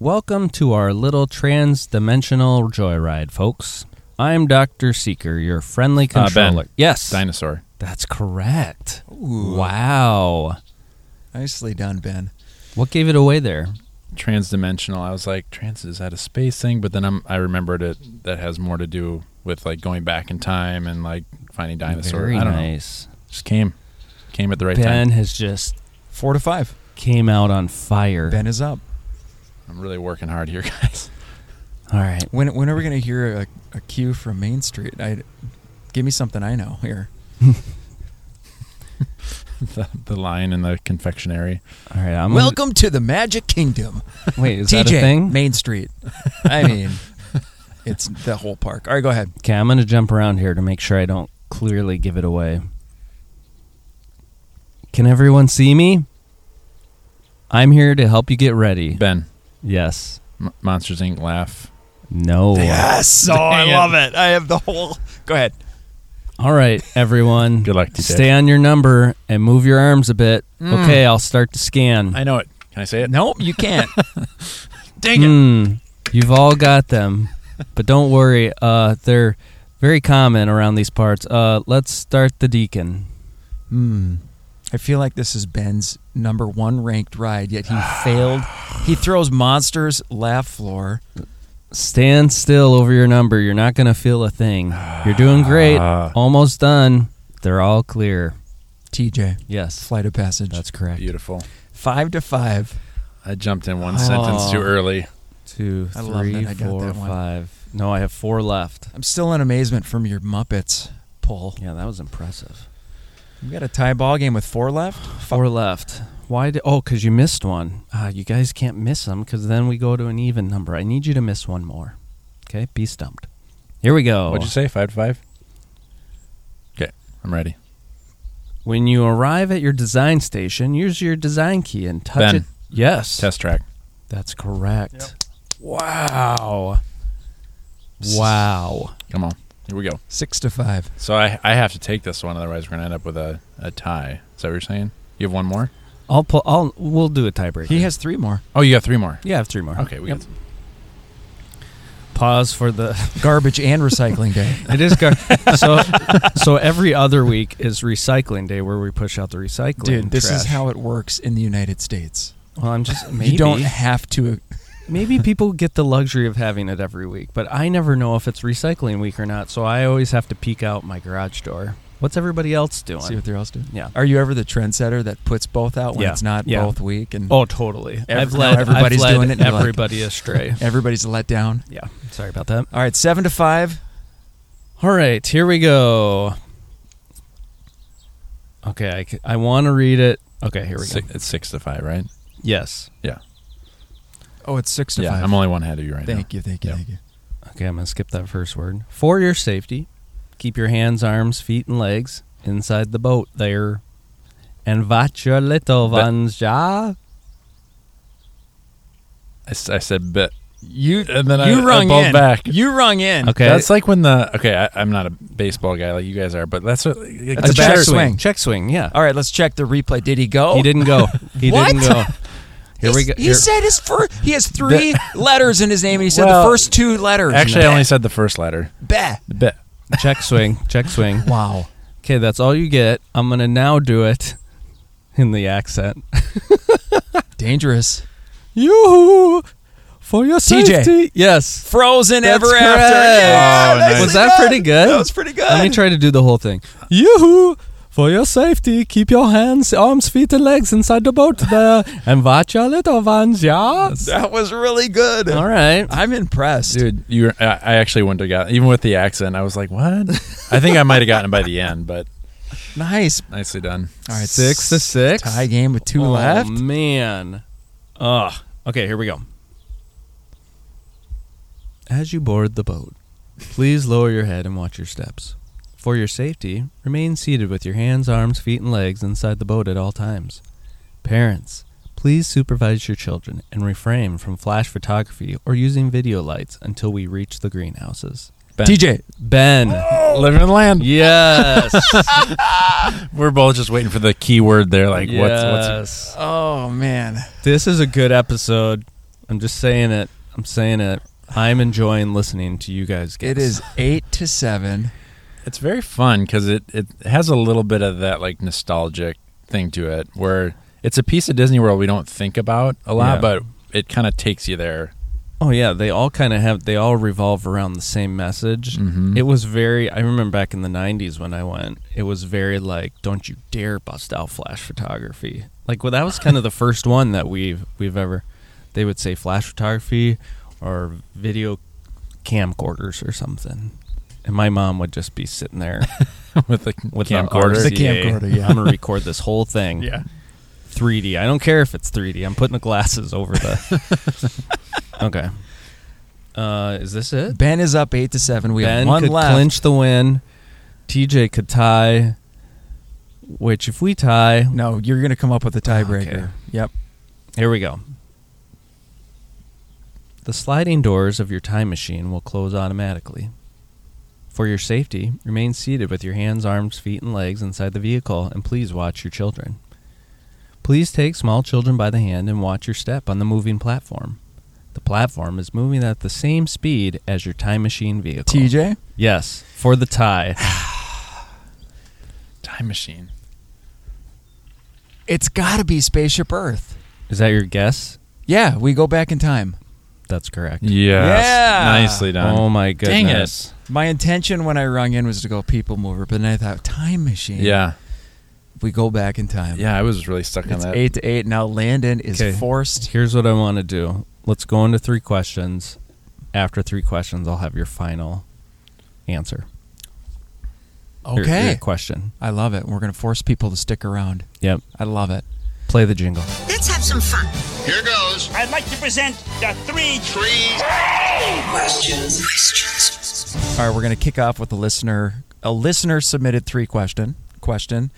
[SPEAKER 4] Welcome to our little trans dimensional joyride, folks. I'm Dr. Seeker, your friendly
[SPEAKER 3] Uh, Ben.
[SPEAKER 4] controller. yes.
[SPEAKER 3] Dinosaur.
[SPEAKER 4] That's correct.
[SPEAKER 2] Ooh.
[SPEAKER 4] Wow.
[SPEAKER 2] Nicely done, Ben.
[SPEAKER 4] What gave it away there?
[SPEAKER 3] Transdimensional. I was like, trans is that a space thing? But then I'm, I remembered it. That has more to do with like going back in time and like finding dinosaurs.
[SPEAKER 4] Very
[SPEAKER 3] I don't know.
[SPEAKER 4] nice.
[SPEAKER 3] Just came, came at the right
[SPEAKER 4] Ben
[SPEAKER 3] time.
[SPEAKER 4] has just
[SPEAKER 2] Four to five.
[SPEAKER 4] came out on fire.
[SPEAKER 2] Ben is up.
[SPEAKER 3] I'm really working hard here, guys.
[SPEAKER 4] All right.
[SPEAKER 2] When when are we gonna hear a, a cue from Main Street? I give me something I know here.
[SPEAKER 3] the, the lion in the confectionery.
[SPEAKER 4] All right. I'm
[SPEAKER 2] Welcome to the Magic Kingdom.
[SPEAKER 4] Gonna, wait, is
[SPEAKER 2] TJ
[SPEAKER 4] that a thing?
[SPEAKER 2] Main Street. I mean, it's the whole park. All right, go ahead.
[SPEAKER 4] Okay, I'm going to jump around here to make sure I don't clearly give it away. Can everyone see me? I'm here to help you get ready.
[SPEAKER 3] Ben,
[SPEAKER 4] Yes.
[SPEAKER 3] M- Monsters Inc. Laugh.
[SPEAKER 4] No.
[SPEAKER 2] Yes. Oh, I love it. I have the whole. Go ahead.
[SPEAKER 4] All right, everyone.
[SPEAKER 3] Good luck, TJ.
[SPEAKER 4] Stay on your number and move your arms a bit. Okay, I'll start to scan.
[SPEAKER 3] I know it. Can I say it?
[SPEAKER 2] Nope, you can't. Dang it.
[SPEAKER 4] Mm, you've all got them, but don't worry. Uh, they're very common around these parts. Uh, let's start the deacon.
[SPEAKER 2] Hmm. I feel like this is Ben's number one ranked ride, yet he failed. He throws monsters, laugh floor.
[SPEAKER 4] Stand still over your number. You're not gonna feel a thing. You're doing great. Almost done. They're all clear.
[SPEAKER 2] TJ,
[SPEAKER 4] Yes,
[SPEAKER 2] flight of passage.
[SPEAKER 4] that's correct.
[SPEAKER 3] Beautiful.
[SPEAKER 2] five to five.
[SPEAKER 3] I jumped in one
[SPEAKER 4] Oh.
[SPEAKER 3] sentence too early.
[SPEAKER 4] Two,
[SPEAKER 2] I love
[SPEAKER 4] three,
[SPEAKER 2] that I got
[SPEAKER 4] four,
[SPEAKER 2] that one.
[SPEAKER 4] five. No, I have four left.
[SPEAKER 2] I'm still in amazement from your Muppets pull.
[SPEAKER 4] Yeah, that was impressive.
[SPEAKER 2] We got a tie ball game with four left.
[SPEAKER 4] Four left. Why? Did, oh, because you missed one. Uh, you guys can't miss them because then we go to an even number. I need you to miss one more. Okay, be stumped. Here we go.
[SPEAKER 3] What'd you say? Five to five? I'm ready.
[SPEAKER 4] When you arrive at your design station, use your design key and touch
[SPEAKER 3] Ben.
[SPEAKER 4] it. Yes.
[SPEAKER 3] Test track.
[SPEAKER 4] That's correct. Wow. Wow.
[SPEAKER 3] Come on. Here we go.
[SPEAKER 2] Six to five.
[SPEAKER 3] So I, I have to take this one, otherwise we're gonna end up with a, a tie. Is that what you're saying? You have one more?
[SPEAKER 4] I'll pull. I'll. We'll do a tiebreaker.
[SPEAKER 2] He has three more.
[SPEAKER 3] Oh, you have three more.
[SPEAKER 4] Yeah, I have three more.
[SPEAKER 3] Okay, we
[SPEAKER 4] Yep.
[SPEAKER 3] got
[SPEAKER 4] Pause for the.
[SPEAKER 2] Garbage and recycling day.
[SPEAKER 4] It is good. so, so every other week is recycling day, where we push out the recycling.
[SPEAKER 2] Dude, this is
[SPEAKER 4] trash.
[SPEAKER 2] how it works in the United States.
[SPEAKER 4] Well, I'm just. Maybe,
[SPEAKER 2] You don't have to. uh,
[SPEAKER 4] maybe people get the luxury of having it every week, but I never know if it's recycling week or not. So I always have to peek out my garage door. What's everybody else doing?
[SPEAKER 2] See what they're else doing.
[SPEAKER 4] yeah.
[SPEAKER 2] Are you ever the trendsetter that puts both out when
[SPEAKER 4] Yeah,
[SPEAKER 2] it's not
[SPEAKER 4] yeah.
[SPEAKER 2] both week and
[SPEAKER 4] Oh, totally.
[SPEAKER 2] Ev-
[SPEAKER 4] I've
[SPEAKER 2] now
[SPEAKER 4] led.
[SPEAKER 2] everybody's
[SPEAKER 4] I've led
[SPEAKER 2] doing it and you're like-
[SPEAKER 4] Everybody astray.
[SPEAKER 2] everybody's let down?
[SPEAKER 4] yeah. Sorry about that.
[SPEAKER 2] All right, seven to five.
[SPEAKER 4] All right, here we go. Okay, I, c- I want to read it. Okay, here we
[SPEAKER 3] six,
[SPEAKER 4] go.
[SPEAKER 3] it's six to five, right?
[SPEAKER 4] Yes.
[SPEAKER 3] Yeah.
[SPEAKER 2] Oh, it's six to
[SPEAKER 3] Yeah.
[SPEAKER 2] five.
[SPEAKER 3] I'm only one ahead of you right
[SPEAKER 2] thank you, thank you,
[SPEAKER 3] Yeah.
[SPEAKER 2] thank you.
[SPEAKER 4] Okay, I'm going to skip that first word. For your safety, keep your hands, arms, feet, and legs inside the boat there. And watch your little
[SPEAKER 3] That-
[SPEAKER 4] ones, ja.
[SPEAKER 3] now. I s- I, said bet.
[SPEAKER 2] You
[SPEAKER 3] And then I-
[SPEAKER 2] you
[SPEAKER 3] I
[SPEAKER 2] rung
[SPEAKER 3] bowled
[SPEAKER 2] in.
[SPEAKER 3] back.
[SPEAKER 2] You rung in.
[SPEAKER 4] Okay.
[SPEAKER 3] That's like when the okay. I, I'm not a baseball guy like you guys are, but that's what like,
[SPEAKER 2] That's
[SPEAKER 3] the
[SPEAKER 2] a check
[SPEAKER 3] batter-
[SPEAKER 2] swing.
[SPEAKER 4] Check swing, yeah.
[SPEAKER 2] All right, let's check the replay. Did he go?
[SPEAKER 4] He didn't go. He
[SPEAKER 2] What?
[SPEAKER 4] didn't go. Here
[SPEAKER 2] He's-
[SPEAKER 4] we go.
[SPEAKER 2] He
[SPEAKER 4] Here-
[SPEAKER 2] said his first. He has three letters in his name, and he said
[SPEAKER 3] Well,
[SPEAKER 2] the first two letters.
[SPEAKER 3] Actually, I
[SPEAKER 2] Bah,
[SPEAKER 3] only said the first letter.
[SPEAKER 2] bah.
[SPEAKER 3] Bet.
[SPEAKER 4] check swing, check swing.
[SPEAKER 2] Wow.
[SPEAKER 4] Okay, that's all you get. I'm going to now do it in the accent.
[SPEAKER 2] Dangerous.
[SPEAKER 4] Yoo-hoo! For your
[SPEAKER 2] TJ.
[SPEAKER 4] safety. Yes.
[SPEAKER 2] Frozen
[SPEAKER 4] That's
[SPEAKER 2] ever
[SPEAKER 4] correct.
[SPEAKER 2] after. Yeah,
[SPEAKER 3] Oh, nice.
[SPEAKER 2] nicely
[SPEAKER 4] Was that
[SPEAKER 2] done.
[SPEAKER 4] pretty good?
[SPEAKER 2] That was pretty good.
[SPEAKER 4] Let me try to do the whole thing. Yoo-hoo! For your safety, keep your hands, arms, feet, and legs inside the boat there, and watch your little ones, yeah?
[SPEAKER 2] That was really good.
[SPEAKER 4] All right.
[SPEAKER 2] I'm impressed.
[SPEAKER 3] Dude, you were, I, I actually wouldn't have gotten even with the accent. I was like, what? I think I might have gotten it by the end, but
[SPEAKER 2] Nice.
[SPEAKER 3] nicely done.
[SPEAKER 2] All right,
[SPEAKER 4] Six to six.
[SPEAKER 2] Tie game with two
[SPEAKER 4] oh,
[SPEAKER 2] left.
[SPEAKER 4] man. Ugh. Okay, here we go. As you board the boat, please lower your head and watch your steps. For your safety, remain seated with your hands, arms, feet, and legs inside the boat at all times. Parents, please supervise your children and refrain from flash photography or using video lights until we reach the greenhouses.
[SPEAKER 3] Ben,
[SPEAKER 2] DJ.
[SPEAKER 4] Ben.
[SPEAKER 3] living in the land.
[SPEAKER 4] Yes.
[SPEAKER 3] We're both just waiting for the key word there. Like, what's what's
[SPEAKER 4] yes.
[SPEAKER 2] Oh man.
[SPEAKER 4] This is a good episode. I'm just saying it. I'm saying it. I'm enjoying listening to you guys. Guess.
[SPEAKER 2] It is eight to seven.
[SPEAKER 3] It's very fun because it, it has a little bit of that like nostalgic thing to it where it's a piece of Disney World we don't think about a lot,
[SPEAKER 4] Yeah.
[SPEAKER 3] but it kind of takes you there.
[SPEAKER 4] Oh yeah, they all kind of have. They all revolve around the same message.
[SPEAKER 2] Mm-hmm.
[SPEAKER 4] It was very. I remember back in the '90s when I went. It was very like, don't you dare bust out flash photography. Like, well, that was kind of the first one that we've we've ever. They would say flash photography or video camcorders or something, and my mom would just be sitting there
[SPEAKER 3] with the
[SPEAKER 4] with
[SPEAKER 3] camcorder.
[SPEAKER 4] The
[SPEAKER 2] The camcorder,
[SPEAKER 4] camcorder.
[SPEAKER 2] yeah.
[SPEAKER 4] I'm gonna record this whole thing. 3D. I don't care if it's 3D. I'm putting the glasses over the. okay. Uh, is this it?
[SPEAKER 2] Ben is up eight to seven. We have
[SPEAKER 4] ben
[SPEAKER 2] one
[SPEAKER 4] could
[SPEAKER 2] left.
[SPEAKER 4] clinch the win. TJ could tie. Which, if we tie,
[SPEAKER 2] No, you're gonna come up with a tiebreaker.
[SPEAKER 4] Okay.
[SPEAKER 2] Yep.
[SPEAKER 4] here we go. The sliding doors of your time machine will close automatically. For your safety, remain seated with your hands, arms, feet, and legs inside the vehicle, and please watch your children. Please take small children by the hand and watch your step on the moving platform. The platform is moving at the same speed as your time machine vehicle.
[SPEAKER 2] TJ.
[SPEAKER 4] Yes, for the tie.
[SPEAKER 3] Time machine.
[SPEAKER 2] It's gotta be Spaceship Earth.
[SPEAKER 4] Is that your guess?
[SPEAKER 2] Yeah, we go back in time.
[SPEAKER 4] That's correct.
[SPEAKER 3] Yes.
[SPEAKER 2] Yeah.
[SPEAKER 3] Nicely done.
[SPEAKER 4] Oh my
[SPEAKER 3] Dang it.
[SPEAKER 4] goodness.
[SPEAKER 2] My intention when I rung in was to go people mover, but then I thought time machine.
[SPEAKER 3] Yeah.
[SPEAKER 2] We go back in time.
[SPEAKER 3] Yeah, I was really stuck on
[SPEAKER 2] It's
[SPEAKER 3] that.
[SPEAKER 2] eight to eight. Now Landon is
[SPEAKER 4] 'Kay.
[SPEAKER 2] forced.
[SPEAKER 4] Here's what I want to do. Let's go into three questions. After three questions, I'll have your final answer. Your-
[SPEAKER 2] Okay.
[SPEAKER 4] your question.
[SPEAKER 2] I love it. We're gonna force people to stick around.
[SPEAKER 4] Yep.
[SPEAKER 2] I love it.
[SPEAKER 4] Play the jingle.
[SPEAKER 5] Let's have some fun.
[SPEAKER 6] Here goes
[SPEAKER 7] I'd like to present the three
[SPEAKER 6] three
[SPEAKER 5] Questions.
[SPEAKER 2] All right, we're going to kick off with the listener a listener submitted three question question.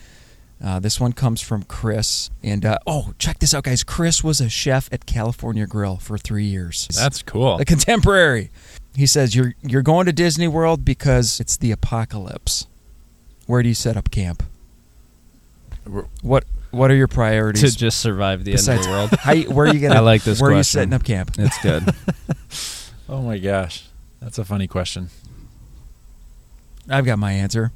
[SPEAKER 2] Uh, this one comes from Chris, and uh, oh, check this out, guys. Chris was a chef at California Grill for three years.
[SPEAKER 3] That's cool.
[SPEAKER 2] a contemporary. He says you're you're going to Disney World because it's the apocalypse. Where do you set up camp?
[SPEAKER 3] We're-
[SPEAKER 2] What what are your
[SPEAKER 5] to
[SPEAKER 2] priorities
[SPEAKER 5] just survive the
[SPEAKER 2] besides
[SPEAKER 5] end of the world.
[SPEAKER 2] How you, where are you gonna?
[SPEAKER 5] I like this
[SPEAKER 2] Where are you
[SPEAKER 5] question.
[SPEAKER 2] setting up camp?
[SPEAKER 5] It's good.
[SPEAKER 3] Oh my gosh, that's a funny question.
[SPEAKER 2] I've got my answer.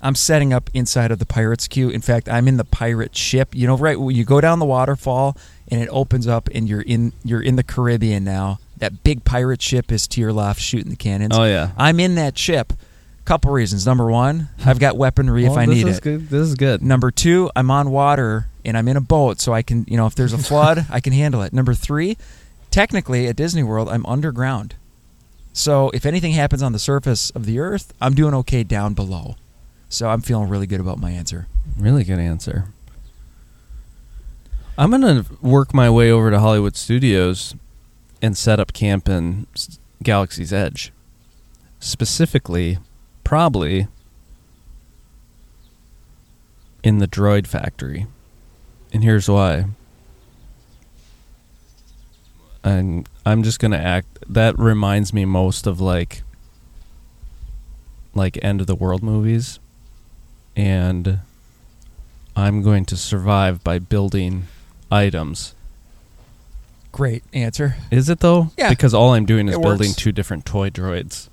[SPEAKER 2] I'm setting up inside of the pirate's queue. In fact, I'm in the pirate ship. You know, right when you go down the waterfall and it opens up, and you're in you're in the Caribbean now. That big pirate ship is to your left, shooting the cannons.
[SPEAKER 5] Oh, yeah.
[SPEAKER 2] I'm in that ship. Couple reasons. Number one, I've got weaponry if
[SPEAKER 5] Well,
[SPEAKER 2] I
[SPEAKER 5] this
[SPEAKER 2] need
[SPEAKER 5] is
[SPEAKER 2] it.
[SPEAKER 5] Good. This is good.
[SPEAKER 2] Number two, I'm on water and I'm in a boat, so I can, you know, if there's a flood, I can handle it. Number three, technically at Disney World, I'm underground. So if anything happens on the surface of the earth, I'm doing okay down below. So I'm feeling really good about my answer.
[SPEAKER 5] Really good answer.
[SPEAKER 4] I'm gonna work my way over to Hollywood Studios and set up camp in S- Galaxy's Edge. Specifically, probably in the droid factory. And here's why. And I'm just gonna act that reminds me most of like like end of the world movies. And I'm going to survive by building items.
[SPEAKER 2] Great answer.
[SPEAKER 4] Is it though?
[SPEAKER 2] Yeah.
[SPEAKER 4] Because all I'm doing is
[SPEAKER 2] It
[SPEAKER 4] building
[SPEAKER 2] works.
[SPEAKER 4] two different toy droids.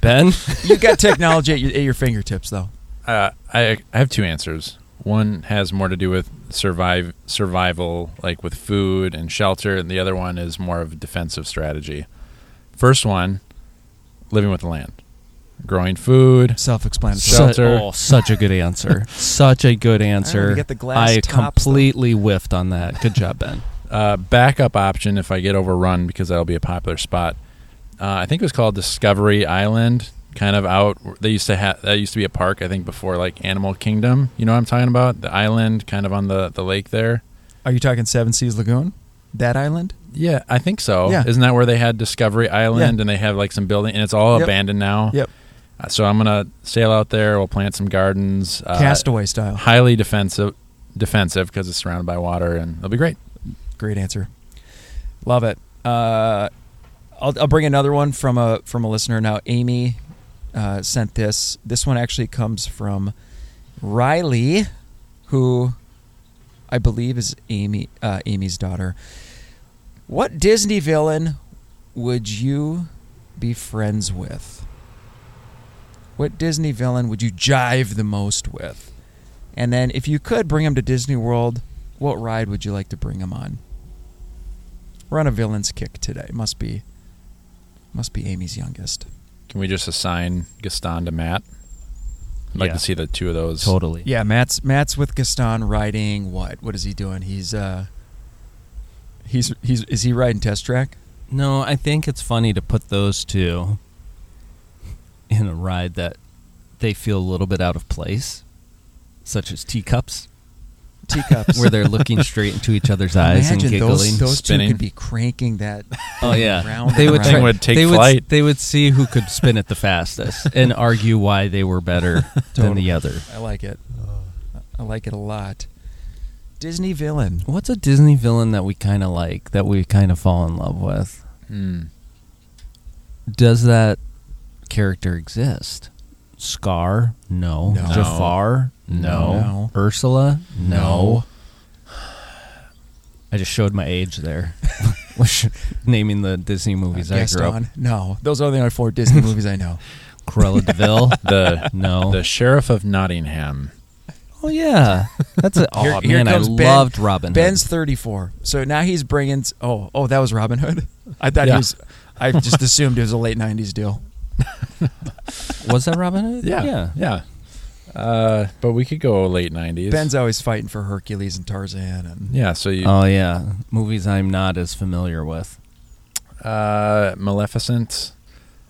[SPEAKER 4] ben,
[SPEAKER 2] You got technology at your, at your fingertips, though.
[SPEAKER 3] Uh, I I have two answers. One has more to do with survive survival, like with food and shelter, and the other one is more of defensive strategy. First one, living with the land, growing food.
[SPEAKER 2] Self-explanatory.
[SPEAKER 3] So- Shelter.
[SPEAKER 4] Such, oh, such a good answer. such a good answer.
[SPEAKER 2] we get the glass
[SPEAKER 4] I
[SPEAKER 2] tops, though.
[SPEAKER 4] completely whiffed on that. Good job, Ben.
[SPEAKER 3] uh, backup option if I get overrun because that'll be a popular spot. Uh, I think it was called Discovery Island, kind of out. They used to have that used to be a park. I think before like Animal Kingdom. You know what I'm talking about? The island, kind of on the the lake there.
[SPEAKER 2] Are you talking Seven Seas Lagoon? That island?
[SPEAKER 3] Yeah, I think so.
[SPEAKER 2] Yeah.
[SPEAKER 3] Isn't that where they had Discovery Island
[SPEAKER 2] Yeah.
[SPEAKER 3] and they have like some building and it's all
[SPEAKER 2] Yep.
[SPEAKER 3] abandoned now?
[SPEAKER 2] Yep.
[SPEAKER 3] Uh, So I'm gonna sail out there. We'll plant some gardens. Uh,
[SPEAKER 2] Castaway style.
[SPEAKER 3] Highly defensive, defensive because it's surrounded by water and it'll be great.
[SPEAKER 2] Great answer. Love it. Uh, I'll, I'll bring another one from a from a listener now. Amy uh, sent this. This one actually comes from Riley, who I believe is Amy uh, Amy's daughter. What Disney villain would you be friends with? What Disney villain would you jive the most with? And then, if you could bring him to Disney World, what ride would you like to bring him on? We're on a villain's kick today. Must be, must be Amy's youngest.
[SPEAKER 3] Can we just assign Gaston to Matt? I'd like
[SPEAKER 4] Yeah.
[SPEAKER 3] to see the two of those.
[SPEAKER 4] Totally.
[SPEAKER 2] Yeah, Matt's Matt's with Gaston riding what? What is he doing? He's uh, he's he's is he riding test track?
[SPEAKER 4] No, I think it's funny to put those two in a ride that they feel a little bit out of place, such as teacups,
[SPEAKER 2] Teacups.
[SPEAKER 4] where they're looking straight into each other's eyes
[SPEAKER 2] Imagine
[SPEAKER 4] and giggling.
[SPEAKER 2] those those
[SPEAKER 3] spinning.
[SPEAKER 2] two could be cranking that.
[SPEAKER 4] Oh yeah,
[SPEAKER 2] round
[SPEAKER 4] they
[SPEAKER 2] and
[SPEAKER 4] would
[SPEAKER 2] round.
[SPEAKER 3] Thing would take
[SPEAKER 4] they
[SPEAKER 3] flight.
[SPEAKER 4] Would, they would see who could spin it the fastest and argue why they were better than
[SPEAKER 2] Totally.
[SPEAKER 4] the other.
[SPEAKER 2] I like it. I like it a lot. Disney villain.
[SPEAKER 4] What's a Disney villain that we kind of like that we kind of fall in love with?
[SPEAKER 3] Hmm.
[SPEAKER 4] Does that character exist? Scar? No.
[SPEAKER 2] No.
[SPEAKER 4] Jafar?
[SPEAKER 2] No.
[SPEAKER 4] No. Ursula? No. I just showed my age there. Naming the Disney movies I grew up.
[SPEAKER 2] Gaston. No, those are the only four Disney movies I know.
[SPEAKER 4] Cruella Deville?
[SPEAKER 3] The
[SPEAKER 4] no.
[SPEAKER 3] the sheriff of Nottingham.
[SPEAKER 4] oh yeah, that's a. Oh
[SPEAKER 2] Here- here
[SPEAKER 4] man, I
[SPEAKER 2] comes Ben.
[SPEAKER 4] loved Robin. Hood.
[SPEAKER 2] Ben's 34. So now he's bringing. Oh, oh, that was Robin Hood. I thought he
[SPEAKER 3] Yeah.
[SPEAKER 2] was. I just assumed it was a late 90s deal.
[SPEAKER 4] was that Robin Hood?
[SPEAKER 3] yeah, yeah. Uh, but we could go late nineties.
[SPEAKER 2] Ben's always fighting for Hercules and Tarzan. And
[SPEAKER 3] yeah. So you,
[SPEAKER 4] Oh yeah, movies I'm not as familiar with.
[SPEAKER 3] uh, Maleficent.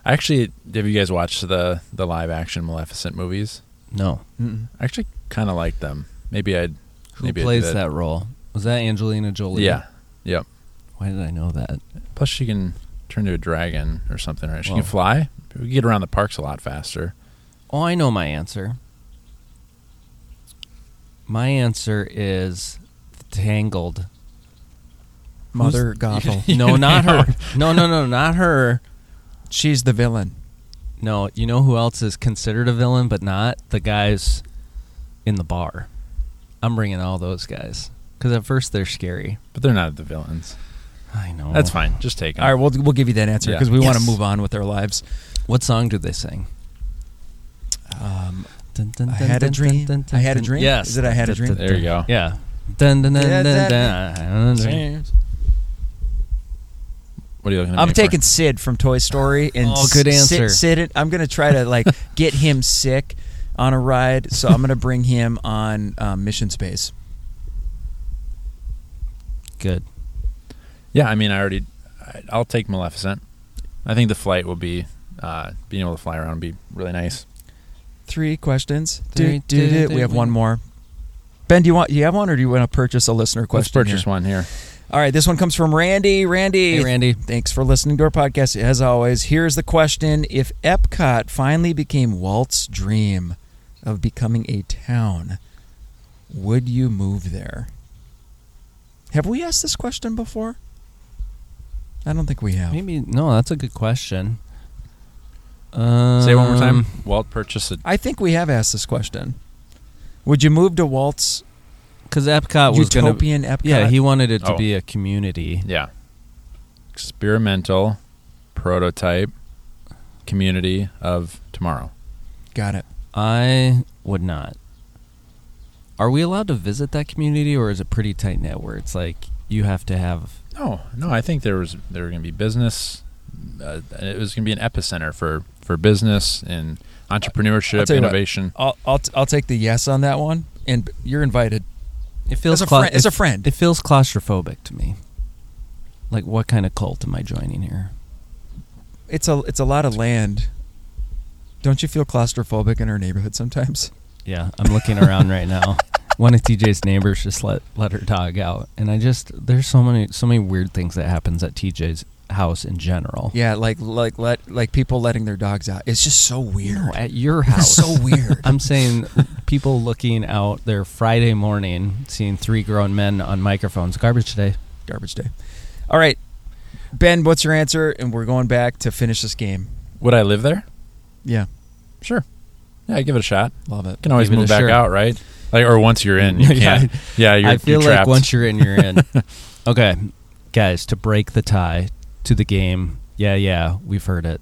[SPEAKER 3] Actually, have you guys watched the the live action Maleficent movies?
[SPEAKER 4] No,
[SPEAKER 2] Mm-mm.
[SPEAKER 3] I actually kind of like them. Maybe I'd.
[SPEAKER 4] who
[SPEAKER 3] maybe I'd do
[SPEAKER 4] plays that role? Was that Angelina Jolie?
[SPEAKER 3] Yeah. Yep.
[SPEAKER 4] Why did I know that?
[SPEAKER 3] Plus, she can turn into a dragon or something, right? She
[SPEAKER 4] Whoa.
[SPEAKER 3] can fly. Be We get around the parks a lot faster.
[SPEAKER 4] Oh, I know my answer. My answer is Tangled.
[SPEAKER 2] Mother Gothel.
[SPEAKER 4] No, not her. No, no, no, not her.
[SPEAKER 2] She's the villain.
[SPEAKER 4] No, you know who else is considered a villain but not? The guys in the bar. I'm bringing all those guys cuz at first they're scary.
[SPEAKER 3] But they're not the villains.
[SPEAKER 4] I know.
[SPEAKER 3] That's fine. Just take them.
[SPEAKER 2] All right, we'll we'll give you that answer
[SPEAKER 3] Yeah.
[SPEAKER 2] because we want to
[SPEAKER 4] Yes.
[SPEAKER 2] move on with our lives.
[SPEAKER 4] What song do they sing?
[SPEAKER 2] Um,
[SPEAKER 4] Dun, dun,
[SPEAKER 2] I
[SPEAKER 4] dun,
[SPEAKER 2] had a
[SPEAKER 4] dun,
[SPEAKER 2] dream.
[SPEAKER 4] dun, dun,
[SPEAKER 2] I had a
[SPEAKER 4] dun.
[SPEAKER 2] dream?
[SPEAKER 4] Yes.
[SPEAKER 2] Is it I had a
[SPEAKER 4] Dun,
[SPEAKER 2] dream?
[SPEAKER 4] dun,
[SPEAKER 3] There you go.
[SPEAKER 4] Yeah. Dun, dun, dun,
[SPEAKER 2] Yeah,
[SPEAKER 4] dun,
[SPEAKER 2] that-
[SPEAKER 4] dun, dun, dun.
[SPEAKER 3] What are you looking at?
[SPEAKER 2] I'm
[SPEAKER 3] me
[SPEAKER 2] taking
[SPEAKER 3] For?
[SPEAKER 2] Sid from Toy Story and
[SPEAKER 4] Oh, good
[SPEAKER 2] S-
[SPEAKER 4] answer.
[SPEAKER 2] Sid, Sid I'm gonna try to like get him sick on a ride, so I'm gonna bring him on um, Mission Space.
[SPEAKER 4] Good.
[SPEAKER 3] Yeah, I mean, I already. I- I'll take Maleficent. I think the flight will be uh, being able to fly around would be really nice.
[SPEAKER 2] Three questions.
[SPEAKER 4] Three,
[SPEAKER 2] Do, do, do.
[SPEAKER 4] do,
[SPEAKER 2] We have
[SPEAKER 4] do.
[SPEAKER 2] one more. Ben, do you want you have one, or do you want to purchase a listener
[SPEAKER 3] Let's
[SPEAKER 2] question?
[SPEAKER 3] purchase
[SPEAKER 2] here?
[SPEAKER 3] one here.
[SPEAKER 2] All right, this one comes from Randy. Randy,
[SPEAKER 4] Hey Randy.
[SPEAKER 2] thanks for listening to our podcast. As always, here's the question: If Epcot finally became Walt's dream of becoming a town, would you move there? Have we asked this question before? I don't think we have.
[SPEAKER 4] Maybe no, that's a good question. Um,
[SPEAKER 3] Say it one more time. Walt purchased a
[SPEAKER 2] I think we have asked this question. Would you move to Walt's
[SPEAKER 4] because Epcot was going to.
[SPEAKER 2] utopian Epcot?
[SPEAKER 4] Yeah, he wanted it to
[SPEAKER 3] Oh.
[SPEAKER 4] be a community.
[SPEAKER 3] yeah experimental prototype community of tomorrow.
[SPEAKER 2] got it.
[SPEAKER 4] I would not. Are we allowed to visit that community, or is it pretty tight knit where it's like you have to have?
[SPEAKER 3] No, Oh, no, I think there was there were going to be business. Uh, it was going to be an epicenter for for business and
[SPEAKER 2] I'll
[SPEAKER 3] entrepreneurship,
[SPEAKER 2] tell you what.
[SPEAKER 3] innovation.
[SPEAKER 2] I'll I'll, t- I'll take the yes on that one, and you're invited.
[SPEAKER 4] It feels
[SPEAKER 2] As a
[SPEAKER 4] clau-
[SPEAKER 2] friend- as
[SPEAKER 4] it-
[SPEAKER 2] a friend.
[SPEAKER 4] It feels claustrophobic to me. Like, what kind of cult am I joining here?
[SPEAKER 2] It's a it's a lot of land. Don't you feel claustrophobic in our neighborhood sometimes?
[SPEAKER 4] Yeah, I'm looking around right now. One of TJ's neighbors just let let her dog out, and I just there's so many so many weird things that happens at TJ's house in general.
[SPEAKER 2] Yeah, like like let like people letting their dogs out. It's just so weird.
[SPEAKER 4] No, at your house.
[SPEAKER 2] so weird.
[SPEAKER 4] I'm saying people looking out there Friday morning, seeing three grown men on microphones. Garbage today.
[SPEAKER 2] Garbage day. All right, Ben, what's your answer? And we're going back to finish this game.
[SPEAKER 3] Would I live there?
[SPEAKER 2] Yeah,
[SPEAKER 3] Sure. Yeah, give it a shot.
[SPEAKER 2] love it.
[SPEAKER 3] You can always
[SPEAKER 4] Give it a
[SPEAKER 3] move back
[SPEAKER 4] sure.
[SPEAKER 3] out, right? Like, or once you're in, you
[SPEAKER 4] Yeah.
[SPEAKER 3] can't. Yeah, you're,
[SPEAKER 4] I feel
[SPEAKER 3] you're
[SPEAKER 4] like
[SPEAKER 3] trapped.
[SPEAKER 4] once you're in, you're in. okay, guys, to break the tie to the game. Yeah, yeah, we've heard it,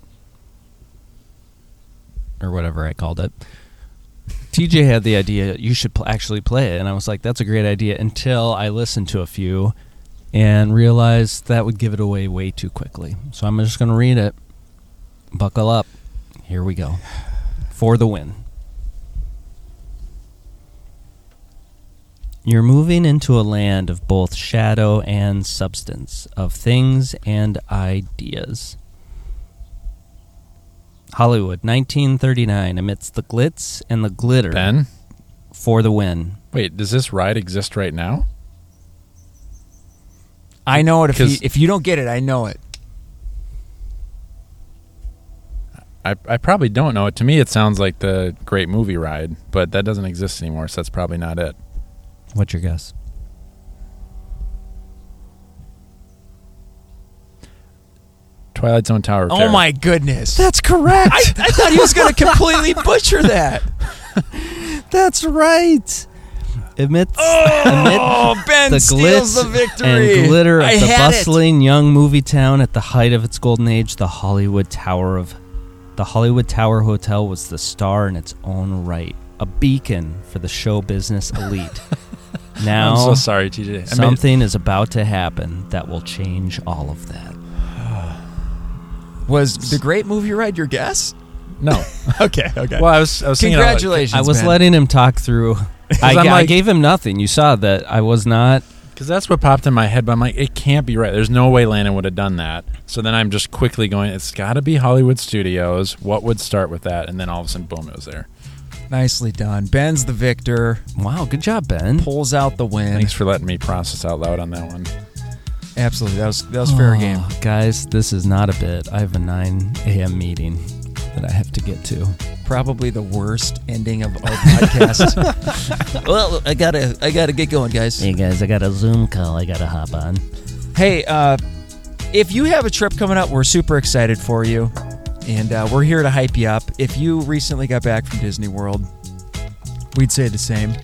[SPEAKER 4] or whatever I called it. TJ had the idea you should pl- actually play it, and I was like, "That's a great idea." Until I listened to a few and realized that would give it away way too quickly. So I'm just going to read it. Buckle up. Here we go for the win. You're moving into a land of both shadow and substance, of things and ideas. Hollywood, 1939, amidst the glitz and the glitter
[SPEAKER 3] Ben,
[SPEAKER 4] for the win.
[SPEAKER 3] wait, does this ride exist right now?
[SPEAKER 2] I know it. If
[SPEAKER 3] 'Cause-
[SPEAKER 2] you, if you don't get it, I know it.
[SPEAKER 3] I, I probably don't know it. To me, it sounds like the great movie ride, but that doesn't exist anymore, so that's probably not it.
[SPEAKER 4] What's your guess?
[SPEAKER 3] Twilight Zone Tower.
[SPEAKER 2] Oh
[SPEAKER 3] Fair.
[SPEAKER 2] my goodness!
[SPEAKER 4] That's correct.
[SPEAKER 2] I, I thought he was going to completely butcher that.
[SPEAKER 4] That's right. Amidst,
[SPEAKER 2] Oh, Ben
[SPEAKER 4] the
[SPEAKER 2] steals
[SPEAKER 4] glitz
[SPEAKER 2] the victory
[SPEAKER 4] and glitter of
[SPEAKER 2] I
[SPEAKER 4] the
[SPEAKER 2] had it.
[SPEAKER 4] bustling young movie town at the height of its golden age, the Hollywood Tower of the Hollywood Tower Hotel was the star in its own right, a beacon for the show business elite. now
[SPEAKER 3] I'm so sorry, TJ. I mean,
[SPEAKER 4] something is about to happen that will change all of that.
[SPEAKER 2] Was the great movie ride your guess?
[SPEAKER 3] no.
[SPEAKER 2] Okay, okay.
[SPEAKER 3] Well, I was, I was thinking about, like,
[SPEAKER 2] Congratulations.
[SPEAKER 4] I was
[SPEAKER 2] Ben.
[SPEAKER 4] letting him talk through. I,
[SPEAKER 3] I'm
[SPEAKER 4] I
[SPEAKER 3] like-
[SPEAKER 4] gave him nothing. You saw that I was not.
[SPEAKER 3] Because that's what popped in my head, but I'm like, it can't be right. There's no way Landon would have done that. So then I'm just quickly going, it's got to be Hollywood Studios. What would start with that? And then all of a sudden, boom, it was there.
[SPEAKER 2] Nicely done. Ben's the victor,
[SPEAKER 4] Wow, good job, Ben.
[SPEAKER 2] pulls out the win.
[SPEAKER 3] Thanks for letting me process out loud on that one.
[SPEAKER 2] Absolutely. That was that was fair
[SPEAKER 4] Oh,
[SPEAKER 2] game.
[SPEAKER 4] Guys, this is not a bit. I have a 9 a.m. meeting.
[SPEAKER 5] that I have to get to.
[SPEAKER 2] Probably the worst ending of our podcast. well, I gotta, I gotta get going, guys.
[SPEAKER 6] Hey guys, I got a Zoom call I gotta hop on.
[SPEAKER 2] Hey, uh, if you have a trip coming up, we're super excited for you. And uh, we're here to hype you up. If you recently got back from Disney World, we'd say the same.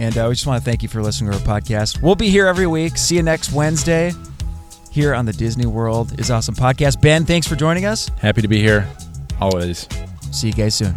[SPEAKER 2] And uh, we just want to thank you for listening to our podcast. We'll be here every week. See you next Wednesday here on the Disney World is Awesome podcast. Ben, thanks for joining us.
[SPEAKER 3] Happy to be here. Always.
[SPEAKER 2] See you guys soon.